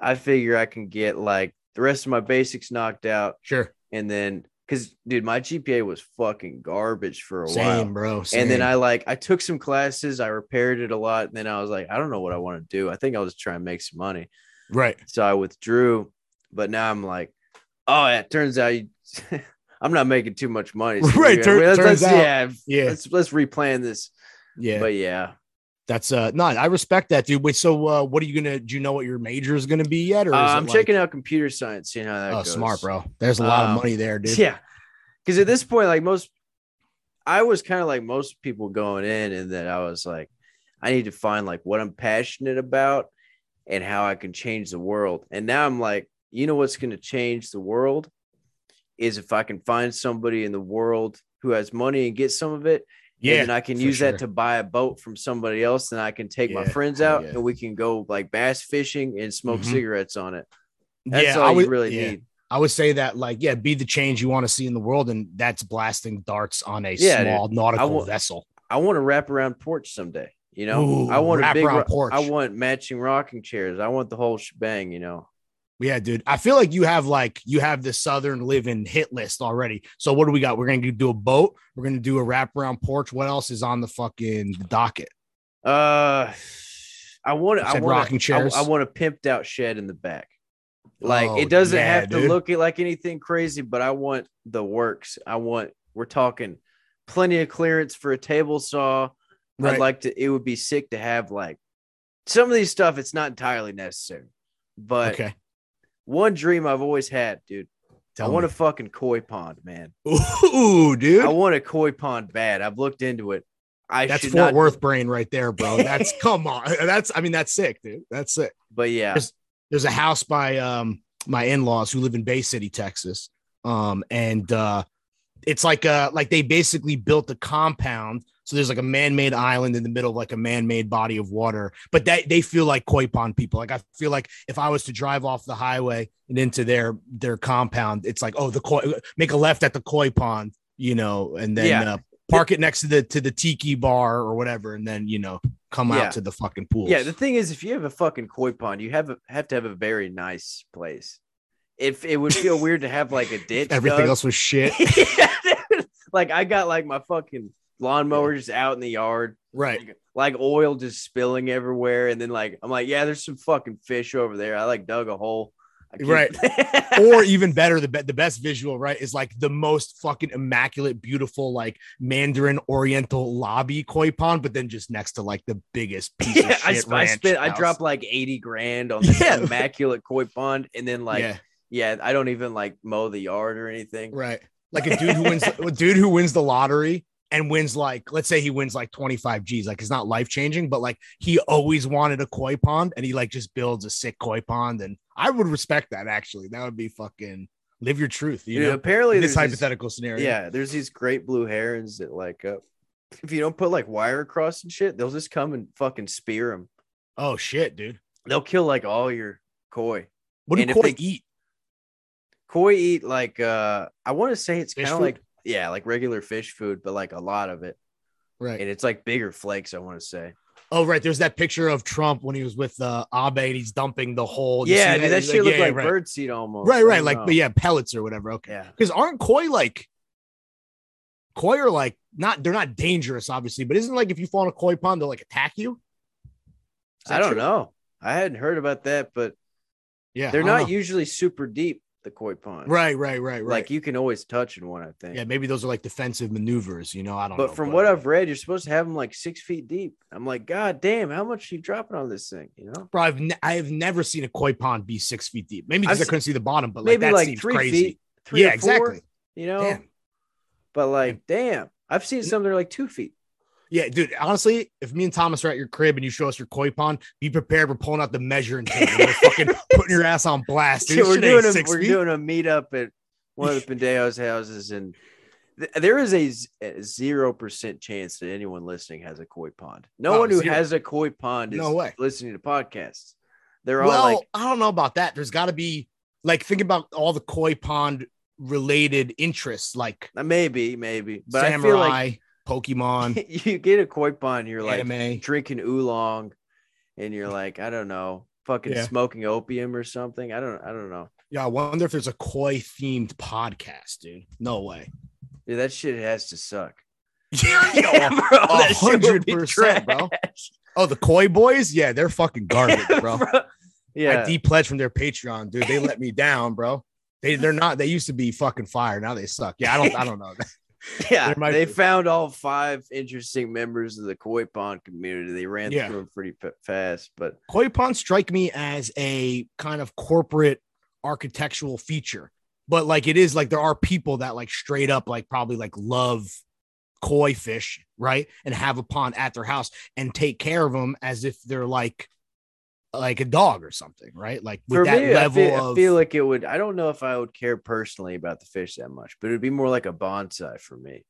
I figure I can get like the rest of my basics knocked out. sure, And then, cause dude, my GPA was fucking garbage for a while. same, bro. And then same. I like, I took some classes, I repaired it a lot. And then I was like, I don't know what I want to do. I think I'll just try and make some money. right. So I withdrew. But now I'm like, oh, yeah, it turns out you, I'm not making too much money. So Right, we're tur- let's, turns let's- out- yeah, Yeah, let's, let's replan this. yeah. But yeah, That's uh no, I respect that, dude. Wait, so uh, what are you gonna? Do you know what your major is gonna be yet? Or Uh, is it I'm like- checking out computer science, seeing how that Oh, goes. smart, bro. There's a lot Um, of money there, dude. Yeah. Cause at this point, like most I was kind of like most people going in, and then I was like, I need to find like what I'm passionate about and how I can change the world. And now I'm like, you know what's gonna change the world is if I can find somebody in the world who has money and get some of it, yeah. and then I can for use sure. that to buy a boat from somebody else, and I can take my Yeah, friends hell out yeah. and we can go like bass fishing and smoke Mhm. cigarettes on it. That's yeah, all I would, you really yeah. need. I would say that, like, yeah, be the change you want to see in the world, and that's blasting darts on a Yeah, small nautical will- vessel. I want a wraparound porch someday. You know, Ooh, I want a big. wraparound ro- porch. I want matching rocking chairs. I want the whole shebang. You know, Yeah, dude. I feel like you have like you have the southern living hit list already. So what do we got? We're gonna do a boat. We're gonna do a wraparound porch. What else is on the fucking docket? uh, I want. You I said want rocking chairs? I, I want a pimped out shed in the back. Like Oh, it doesn't yeah, have to dude. look like anything crazy, but I want the works. I want. We're talking plenty of clearance for a table saw. I'd like to. It would be sick to have like some of these stuff. It's not entirely necessary, but okay. one dream I've always had, dude. Tell I want a fucking koi pond, man. to. Ooh, dude. I want a koi pond bad. I've looked into it. I that's should Fort not, Worth brain right there, bro. That's come on. That's I mean that's sick, dude. That's sick. but yeah, There's- There's a house by um my in-laws who live in Bay City, Texas. Um and uh it's like uh like they basically built a compound. So there's like a man-made island in the middle of like a man-made body of water. But that they feel like koi pond people. Like I feel like if I was to drive off the highway and into their their compound, it's like oh the koi make a left at the koi pond, you know, and then Yeah. uh, park it next to the to the tiki bar or whatever, and then you know come Yeah. out to the fucking pool. yeah. The thing is, if you have a fucking koi pond, you have a, have to have a very nice place. If it would feel weird to have like a ditch, everything dug. else was shit. like I got like my fucking lawnmower just out in the yard, Right. like oil just spilling everywhere, and then like I'm like, yeah, there's some fucking fish over there. I like dug a hole, I keep- Right. or even better, the be- the best visual, right, is like the most fucking immaculate, beautiful, like Mandarin Oriental lobby koi pond, but then just next to like the biggest piece of yeah, shit I, sp- I ranch spent I house. dropped like 80 grand on this Yeah. immaculate koi pond and then like yeah. yeah, I don't even like mow the yard or anything. right, like a dude who wins, a dude who wins the lottery and wins like, let's say he wins like twenty five G's, like it's not life changing, but like he always wanted a koi pond, and he like just builds a sick koi pond, and I would respect that actually. That would be fucking live your truth, you Dude, know. apparently In this there's these- hypothetical scenario, Yeah, there's these great blue herons that like uh, if you don't put like wire across and shit, they'll just come and fucking spear them. Oh shit, dude. They'll kill like all your koi. What do And if koi they- eat? Koi eat like uh I want to say it's Fish kind of food? like yeah, like regular fish food, but like a lot of it. Right. And it's like bigger flakes, I want to say. Oh, right. There's that picture of Trump when he was with uh, Abe and he's dumping the whole. you yeah, see dude, that He's shit looked yeah, like right. birdseed almost. I Right, right. don't Like, know. but yeah, pellets or whatever. Okay. Yeah. Because aren't koi like koi are like not they're not dangerous, obviously, but isn't like if you fall in a koi pond, they'll like attack you? Is I that don't true? know. I hadn't heard about that, but Yeah. they're I don't not know. usually super deep. the koi pond. Right, right, right, right. Like you can always touch in one, I think. yeah, maybe those are like defensive maneuvers. You know, I don't. know. but from what I've read, you're supposed to have them like six feet deep. I'm like, God damn, how much you dropping on this thing? You know, Bro, I've ne- I have never seen a koi pond be six feet deep. Maybe I've because I se- couldn't see the bottom, but like maybe that like seems three crazy. feet, three yeah, or four, exactly. You know, Damn. but like, damn, I've seen some that are like two feet. Yeah, dude. Honestly, if me and Thomas are at your crib and you show us your koi pond, be prepared. We're pulling out the measuring tape. and We're fucking putting your ass on blast. Dude, Dude, we're doing a, six we're feet. doing a meetup at one of the Pendejo's houses, and th- there is a z- a zero percent chance that anyone listening has a koi pond. No Oh, one who zero. has a koi pond is No way. listening to podcasts. They're all well, like, I don't know about that. There's got to be like think about all the koi pond related interests, like "Uh, maybe, maybe, but samurai, I Pokemon, feel like you get a koi pond, you're like anime. drinking oolong, and you're like, I don't know, fucking Yeah. smoking opium or something. I don't, I don't know. Yeah, I wonder if there's a koi themed podcast, dude. No way. Dude, that shit has to suck. Yeah, bro, a that shit would hundred be percent, trash. bro. Oh, the koi boys? Yeah, they're fucking garbage, bro. Yeah, I de-pledged from their Patreon, dude. They let me down, bro. They they're not. They used to be fucking fire. Now they suck. Yeah, I don't. I don't know. Yeah, There might they be. found all five interesting members of the koi pond community. They ran Yeah. through them pretty fa- fast, but Koi ponds strike me as a kind of corporate architectural feature, but like it is like there are people that like straight up like probably like love koi fish, right? And have a pond at their house and take care of them as if they're like like a dog or something, right? Like with for that me, I level feel, I of feel like it would. I don't know if I would care personally about the fish that much, but it'd be more like a bonsai for me.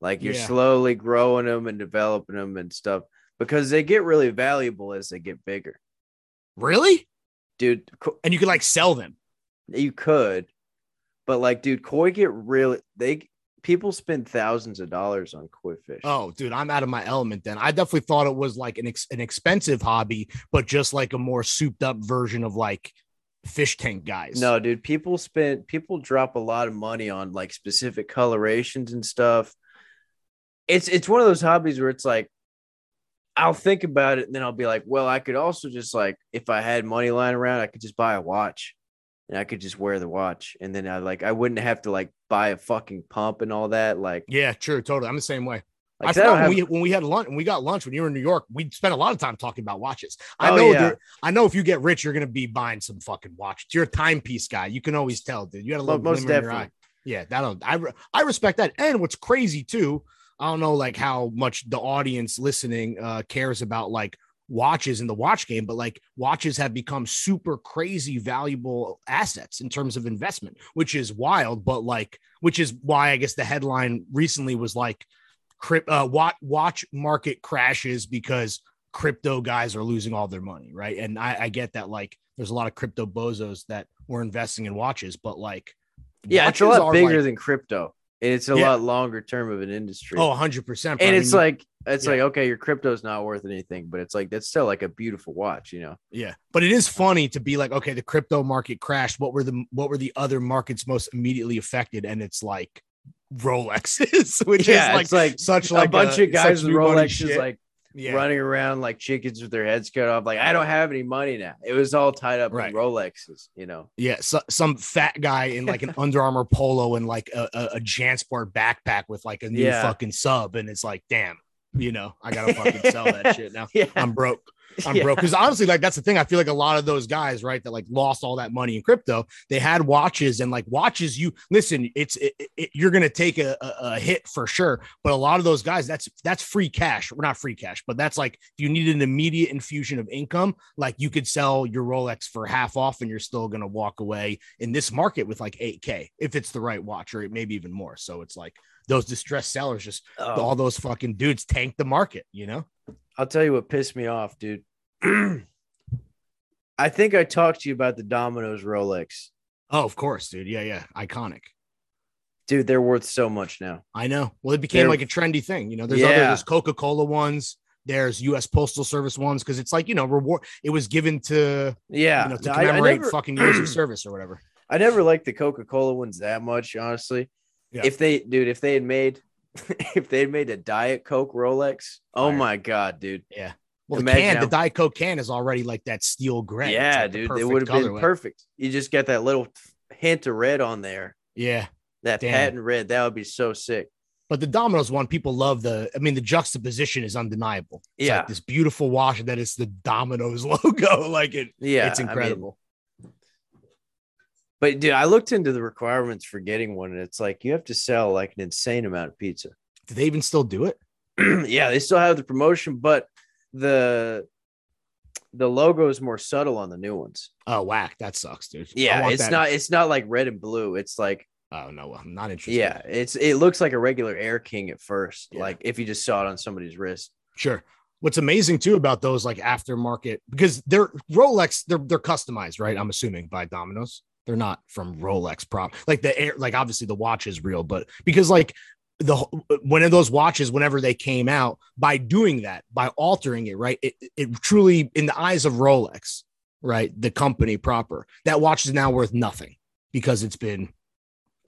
Like you're Yeah. slowly growing them and developing them and stuff because they get really valuable as they get bigger, really, dude. co- and you could like sell them. You could, but like, dude, koi get really they people spend thousands of dollars on koi fish. Oh, dude, I'm out of my element then. I definitely thought it was like an ex- an expensive hobby, but just like a more souped up version of like fish tank guys. No, dude, people spend people drop a lot of money on like specific colorations and stuff. It's it's one of those hobbies where it's like I'll think about it and then I'll be like, well, I could also just like if I had money lying around, I could just buy a watch and I could just wear the watch and then I like I wouldn't have to like buy a fucking pump and all that like, Yeah, true, totally. I'm the same way. like I 'cause I don't forgot when have- we when we had lunch when we got lunch when you were in New York, we spent a lot of time talking about watches. I Oh, know yeah. there- I know if you get rich, you're gonna be buying some fucking watches. You're a timepiece guy. You can always tell, dude. You got a Mo- little most glimmer in your definitely. eye. Yeah, that don't I re- I respect that. And what's crazy too, I don't know like how much the audience listening uh cares about like watches in the watch game, but like watches have become super crazy valuable assets in terms of investment, which is wild, but like which is why I guess the headline recently was like crypt uh watch watch market crashes because crypto guys are losing all their money, right? And I, I get that like there's a lot of crypto bozos that were investing in watches, but like yeah, it's a watches lot are, bigger like- than crypto. And it's a Yeah. lot longer term of an industry. oh 100 percent and it's like it's yeah. like okay, your crypto's not worth anything, but it's like that's still like a beautiful watch, you know. Yeah, but it is funny to be like, okay, the crypto market crashed. What were the what were the other markets most immediately affected? And it's like Rolexes, which yeah, is it's like, like such like a bunch of guys such with new money Rolexes shit. like yeah. running around like chickens with their heads cut off. Like I don't have any money now. It was all tied up Right. in Rolexes, you know. Yeah, so, some fat guy in like an Under Armour polo and like a, a, a JanSport backpack with like a new Yeah. fucking sub, and it's like, damn, you know, I gotta fucking sell that shit now. Yeah, I'm broke. I'm yeah. broke. Because honestly, like that's the thing. I feel like a lot of those guys, right, that like lost all that money in crypto. They had watches and like watches. You listen, it's it, it, you're gonna take a, a, a hit for sure. But a lot of those guys, that's that's free cash. We're not free cash, but that's like if you need an immediate infusion of income, like you could sell your Rolex for half off, and you're still gonna walk away in this market with like 8k if it's the right watch, or maybe even more. So it's like those distressed sellers just Oh, all those fucking dudes tank the market. You know? I'll tell you what pissed me off, dude. I think I talked to you about the Domino's Rolex. Oh, of course, dude. Yeah, yeah, iconic. Dude, they're worth so much now. I know. Well, it became They're- like a trendy thing. You know, there's other Yeah. there's Coca Cola ones, there's U.S. Postal Service ones because it's like you know reward. It was given to Yeah. you know to No, I- I commemorate never- fucking years of service or whatever. I never liked the Coca Cola ones that much, honestly. Yeah. If they, dude, if they had made, if they had made a Diet Coke Rolex, oh Fire. my god, dude, Well, the Imagine can, how- the Diet Coke can is already like that steel gray. It's yeah, like the dude, it perfect would have been colorway. perfect. You just get that little hint of red on there, Yeah. that Damn. patent red, that would be so sick. But the Domino's one, people love the. I mean, the juxtaposition is undeniable. It's Yeah. like this beautiful wash that is the Domino's logo. Like it, Yeah, it's I mean, incredible. but dude, I looked into the requirements for getting one, and it's like you have to sell like an insane amount of pizza. Do they even still do it? yeah, they still have the promotion, but the the logo is more subtle on the new ones. Oh, whack! That sucks, dude. I Yeah, want it's that- not it's not like red and blue. It's like Oh no, I'm not interested. yeah, it's it looks like a regular Air King at first, Yeah. like if you just saw it on somebody's wrist. Sure. What's amazing too about those like aftermarket because they're Rolex, they're they're customized, right? I'm assuming by Domino's. They're not from Rolex prop. Like the air, like obviously the watch is real, but because like the uh, one of those watches, whenever they came out, by doing that, by altering it, right? It it truly in the eyes of Rolex, right? The company proper, that watch is now worth nothing because it's been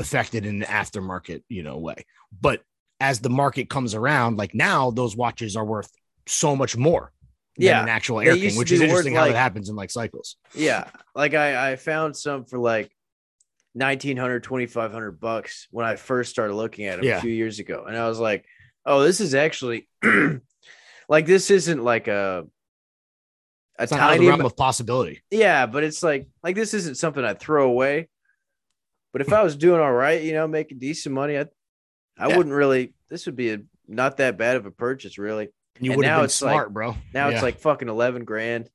affected in an aftermarket, you know, way. But as the market comes around, like now those watches are worth so much more than Yeah. an actual They Air used King, to which is be worth, interesting how like- that happens in like cycles. Yeah. Like I I found some for like 1900 2500 bucks when I first started looking at them Yeah. a few years ago and I was like, "Oh, this is actually like this isn't like a a It's not out of the tiny realm of possibility. yeah, but it's like like this isn't something I'd throw away. But if I was doing all right, you know, making decent money, I I Yeah. wouldn't really this would be a not that bad of a purchase, really. You And would now have been it's like- smart, bro. Now yeah. it's like fucking eleven grand.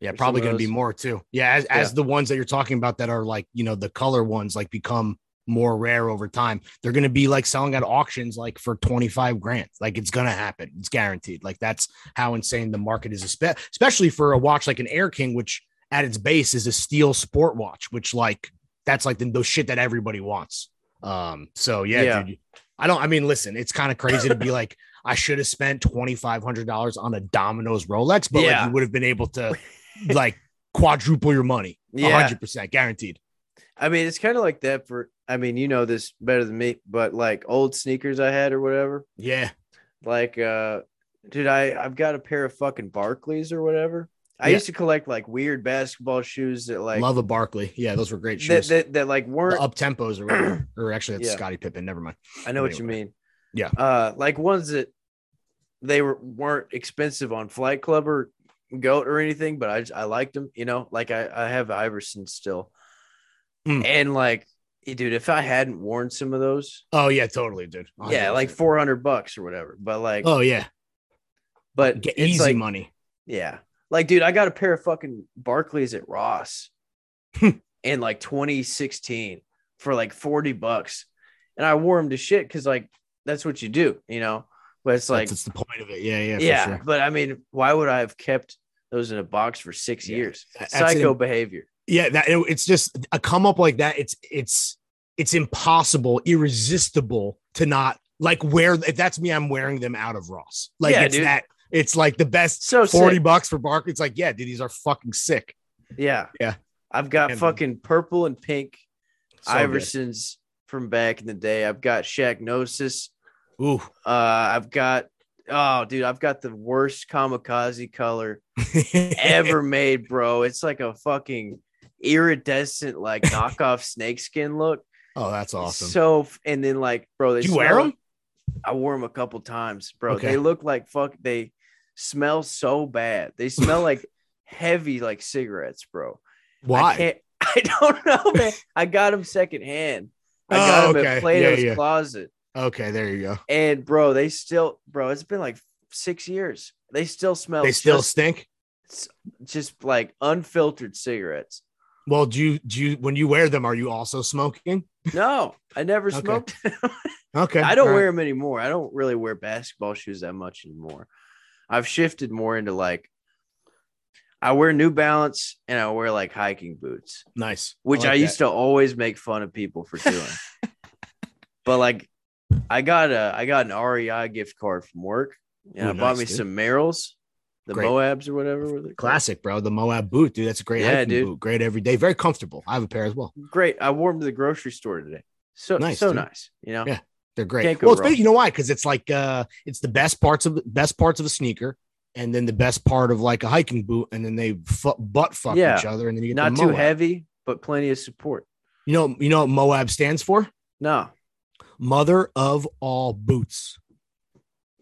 yeah, some probably of going to be those. more too. Yeah, as, as the ones that you're talking about that are like you know the color ones like become more rare over time. They're going to be like selling at auctions like for 25 grand. Like it's going to happen. It's guaranteed. Like that's how insane the market is espe- especially for a watch like an Air King which at its base is a steel sport watch which like that's like the, the shit that everybody wants. Um so yeah, Yeah. dude. I don't I mean listen, it's kind of crazy to be like I should have spent $2500 on a Domino's Rolex but Yeah. like you would have been able to like quadruple your money. Yeah. 100% guaranteed. I mean, it's kind of like that for I mean, you know this better than me, but like old sneakers I had or whatever. Yeah. Like uh dude, I I've got a pair of fucking Barclays or whatever. I Yeah. used to collect like weird basketball shoes that like Love a Barkley. Yeah, those were great that, shoes. that that like weren't the up tempos or whatever. or actually that's Yeah. Scottie Pippen. Never mind. I know what you anyway. mean. Yeah. Uh, like ones that they were weren't expensive on Flight Club or Goat or anything, but I just, I liked them. You know, like I I have Iverson still, Mm. and like eh, dude, if I hadn't worn some of those, Oh yeah, totally, dude. yeah, like 100%. four hundred bucks or whatever. But like, Oh yeah. but Get it's easy like, money. yeah, like dude, I got a pair of fucking Barclays at Ross in like 2016 for like 40 bucks, and I wore them to shit because like that's what you do, you know. But it's like That's, that's the point of it. Yeah, yeah, for yeah, sure. but I mean, why would I have kept those in a box for six Yeah. years? That's an- Psycho behavior. Yeah, that it- it's just a come up like that. It's it's it's impossible, irresistible to not like wear if that's me, I'm wearing them out of Ross. Like Yeah, it's dude. that it's like the best So 40 sick. bucks for Barkley. It's like, yeah, dude, these are fucking sick. Yeah, Yeah. I've got Yeah, man. fucking purple and pink So good. Iversons from back in the day. I've got Shaq Gnosis. Ooh. Uh, I've got oh, dude, I've got the worst kamikaze color ever made, bro. It's like a fucking iridescent, like knockoff snakeskin look. Oh, that's It's awesome. So f- and then like, bro, they Do you wear smell- them? I wore them a couple times, bro. Okay. They look like fuck. They smell so bad. They smell like heavy, like cigarettes, bro. I, Why? can't, I don't know, man. I got them secondhand. I got Oh, them okay. Yeah, at Plato's yeah. Closet, Okay, there you go. and bro, they still, bro. It's been like six years. They still smell. They still Oh, just, stink. just like unfiltered cigarettes. Well, do you do you when you wear them? Are you also smoking? No, I never Okay. smoked. Okay, I don't all right. wear them anymore. I don't really wear basketball shoes that much anymore. I've shifted more into like I wear New Balance and I wear like hiking boots, nice, which I, like used to always make fun of people for doing. but like I got a I got an REI gift card from work and Ooh, I bought nice, me dude. some Merrells, the Great. Moabs or whatever. Were they that. classic, bro. The Moab boot, dude. That's a great Yeah, hiking dude. boot. Great every day. Very comfortable. I have a pair as well. Great. I wore them to the grocery store today. So Nice, so dude. nice, you know. Yeah. They're great. Can't go Well, it's wrong. you know why? Because it's like uh, it's the best parts of best parts of a sneaker, and then the best part of like a hiking boot, and then they fu- butt fuck Yeah. each other, and then you get Not the too Moab. heavy, but plenty of support. You know, you know what Moab stands for? No, Mother of all boots.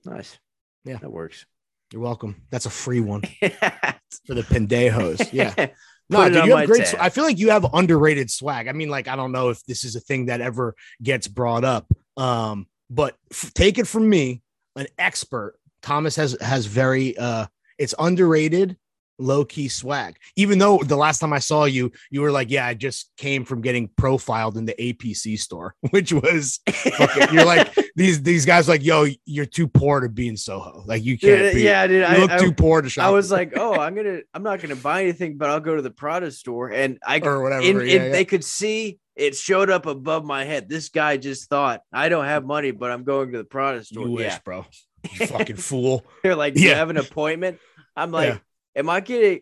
nice. Yeah. that works. You're welcome. That's a free one yeah, for the pendejos. Yeah. No, it dude, on you my have great. tab. sw- I feel like you have underrated swag. I mean, like I don't know if this is a thing that ever gets brought up, um, but f- take it from me, an expert. Thomas has has very. uh It's underrated, low key swag. Even though the last time I saw you, you were like, "Yeah, I just came from getting profiled in the APC store," which was fucking- you're like these these guys like, "Yo, you're too poor to be in Soho. Like you can't Dude, be. yeah, dude. you I, look I, too poor to shop." I was like, oh, I'm gonna, I'm not gonna buy anything, but I'll go to the Prada store, and I, or whatever. and, yeah, and yeah. they could see it showed up above my head. This guy just thought, I don't have money, but I'm going to the Prada store. You wish, Yeah, bro. You fucking fool. they're like, do you Yeah. have an appointment? I'm like, Yeah. am I getting,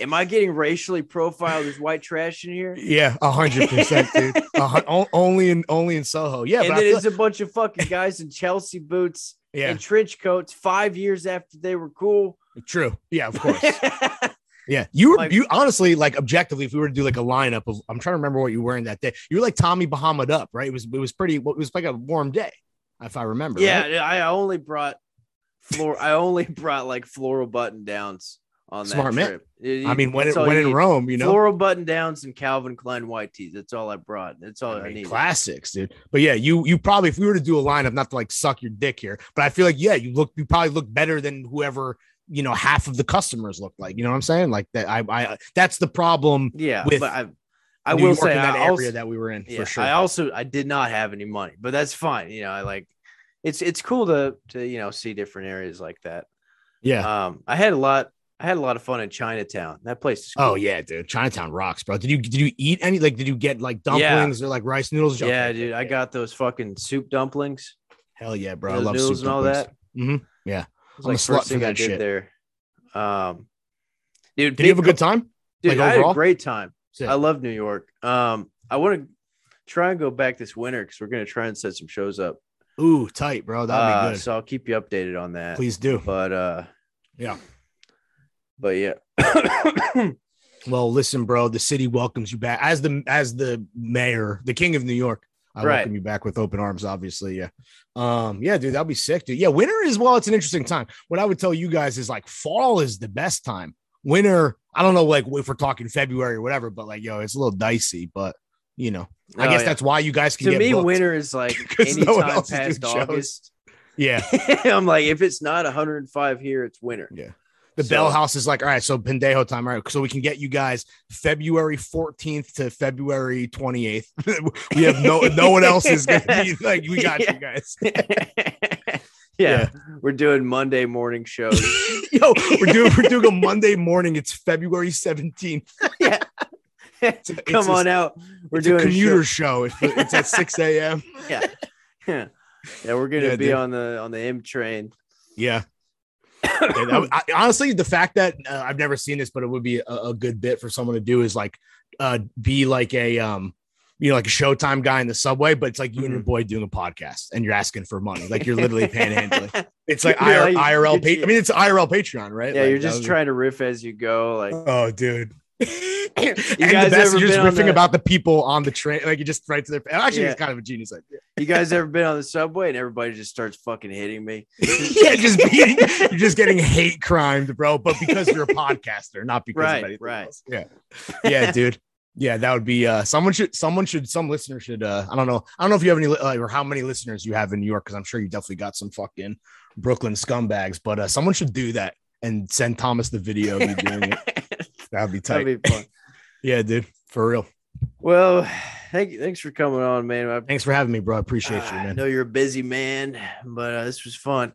am I getting racially profiled as white trash in here? Yeah, a hundred percent, dude. A hun- o- only in only in Soho. Yeah, and but I then feel it's a bunch of fucking guys in Chelsea boots like- yeah, and trench coats five years after they were cool. true. Yeah, of course. Yeah, you were Like- you honestly like objectively, if we were to do like a lineup of, I'm trying to remember what you were wearing that day. You were like Tommy Bahamut up, right? It was it was pretty. It was like a warm day, if I remember. yeah, right? I only brought floor. I only brought like floral button downs on that Smart man. trip. You- I mean, when that's it, all when you in need. Rome, you know, floral button downs and Calvin Klein white tees. That's all I brought. That's all I, I mean, need. classics, dude. But yeah, you you probably if we were to do a lineup, not to like suck your dick here, but I feel like yeah, you look you probably look better than whoever you know half of the customers look like. You know what I'm saying? Like that. I I that's the problem. yeah, with but I, I New will York say in that I area also, that we were in yeah, for sure. I also I did not have any money, but that's fine. You know, I like it's it's cool to to you know see different areas like that. yeah. Um, I had a lot. I had a lot of fun in Chinatown. That place is cool. oh yeah, dude. Chinatown rocks, bro. Did you did you eat any? Like, did you get like dumplings or like rice noodles? yeah, Okay, dude. I got those fucking soup dumplings, hell yeah, bro. I those love noodles soup and all dumplings. that. Mhm. Yeah. It was I'm a like slut first for thing I that did shit. there. Um, dude, Did you big have a good time? Dude, Like, I had a overall? great time. Sick. I love New York. Um, I want to try and go back this winter because we're gonna try and set some shows up. Ooh, tight, bro. That'd Uh, be good. So I'll keep you updated on that. Please do. But uh, Yeah. But yeah, Oh, Well, listen, bro. The city welcomes you back as the as the mayor, the king of New York. I Right. welcome you back with open arms, obviously. Yeah. Um, yeah, dude, that'll be sick, dude. Yeah, winter is well, it's an interesting time. What I would tell you guys is like fall is the best time. Winter, I don't know, like if we're talking February or whatever, but like, yo, it's a little dicey, but you know, No, I guess Oh, yeah. that's why you guys can to get me, booked. winter is like 'Cause any no one time else is doing past shows. August. Yeah. I'm like, if it's not 105 here, it's winter. The So- Bell House is like, all right, so Pendejo time, all right? So we can get you guys February 14th to February 28th. we have no no one else is gonna be like, we got you guys. yeah, Yeah. we're doing Monday morning shows. Yo, we're doing we're doing a Monday morning. It's February 17th. Come It's a- on out. We're it's doing a show- commuter show. It's, it's at 6 a.m. yeah. yeah. Yeah, we're gonna Yeah, be dude. on the on the M train. Yeah. Yeah, that would- I, honestly, the fact that uh, I've never seen this, but it would be a, a good bit for someone to do is like uh, be like a um, you know, like a Showtime guy in the subway, but it's like you and Mm-hmm. your boy doing a podcast and you're asking for money, like you're literally panhandling. It's like You're IR, like- IRL. you're- Pa- I mean, it's IRL Patreon, right? Yeah, Like, you're that just was- trying to riff as you go. Like Oh, dude. and guys the best, ever you're just been on riffing the- about the people on the train, like you just right to their. Actually, Yeah. it's kind of a genius idea. you guys ever been on the subway and everybody just starts fucking hitting me? yeah, just being, you're just getting hate crimed, bro. But because you're a podcaster, not because Right, of anything right. else. Yeah, yeah, dude. Yeah, that would be uh someone should someone should some listener should uh I don't know I don't know if you have any li- uh, or how many listeners you have in New York because I'm sure you definitely got some fucking Brooklyn scumbags but uh someone should do that and send Thomas the video of you doing it that'd be tight That'd be fun. yeah dude for real Well, thank thanks for coming on, man. I thanks for having me bro I appreciate you I man know you're a busy man, but uh, this was fun.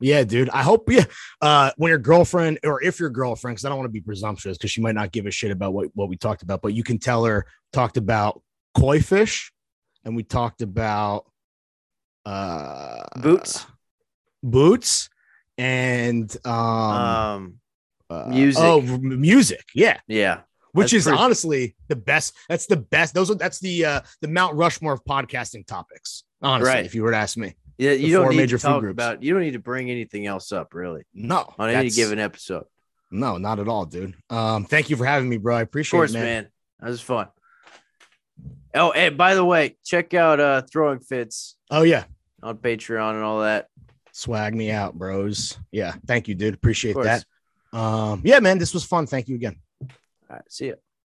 Yeah, dude. I hope yeah. Uh, when your girlfriend or if your girlfriend, because I don't want to be presumptuous, because she might not give a shit about what, what we talked about, but you can tell her talked about koi fish, and we talked about uh Boots, boots, and um um, uh, music. Oh, m- music. Yeah, yeah, which That's is pretty- honestly the best. That's the best. Those are that's the uh the Mount Rushmore of podcasting topics. Honestly, Right. if you were to ask me, yeah. The You don't four need major to food talk groups. about. You don't need to bring anything else up really no, on any that's- given episode. No, not at all, dude. Um, thank you for having me, bro. I Of appreciate course, it, man. man. That was fun. Oh, and by the way, check out uh throwing fits Oh yeah, on Patreon and all that. swag me out, bros. Yeah, thank you, dude. Appreciate Of course. that. Um, yeah, man, this was fun. Thank you again. All right, see ya.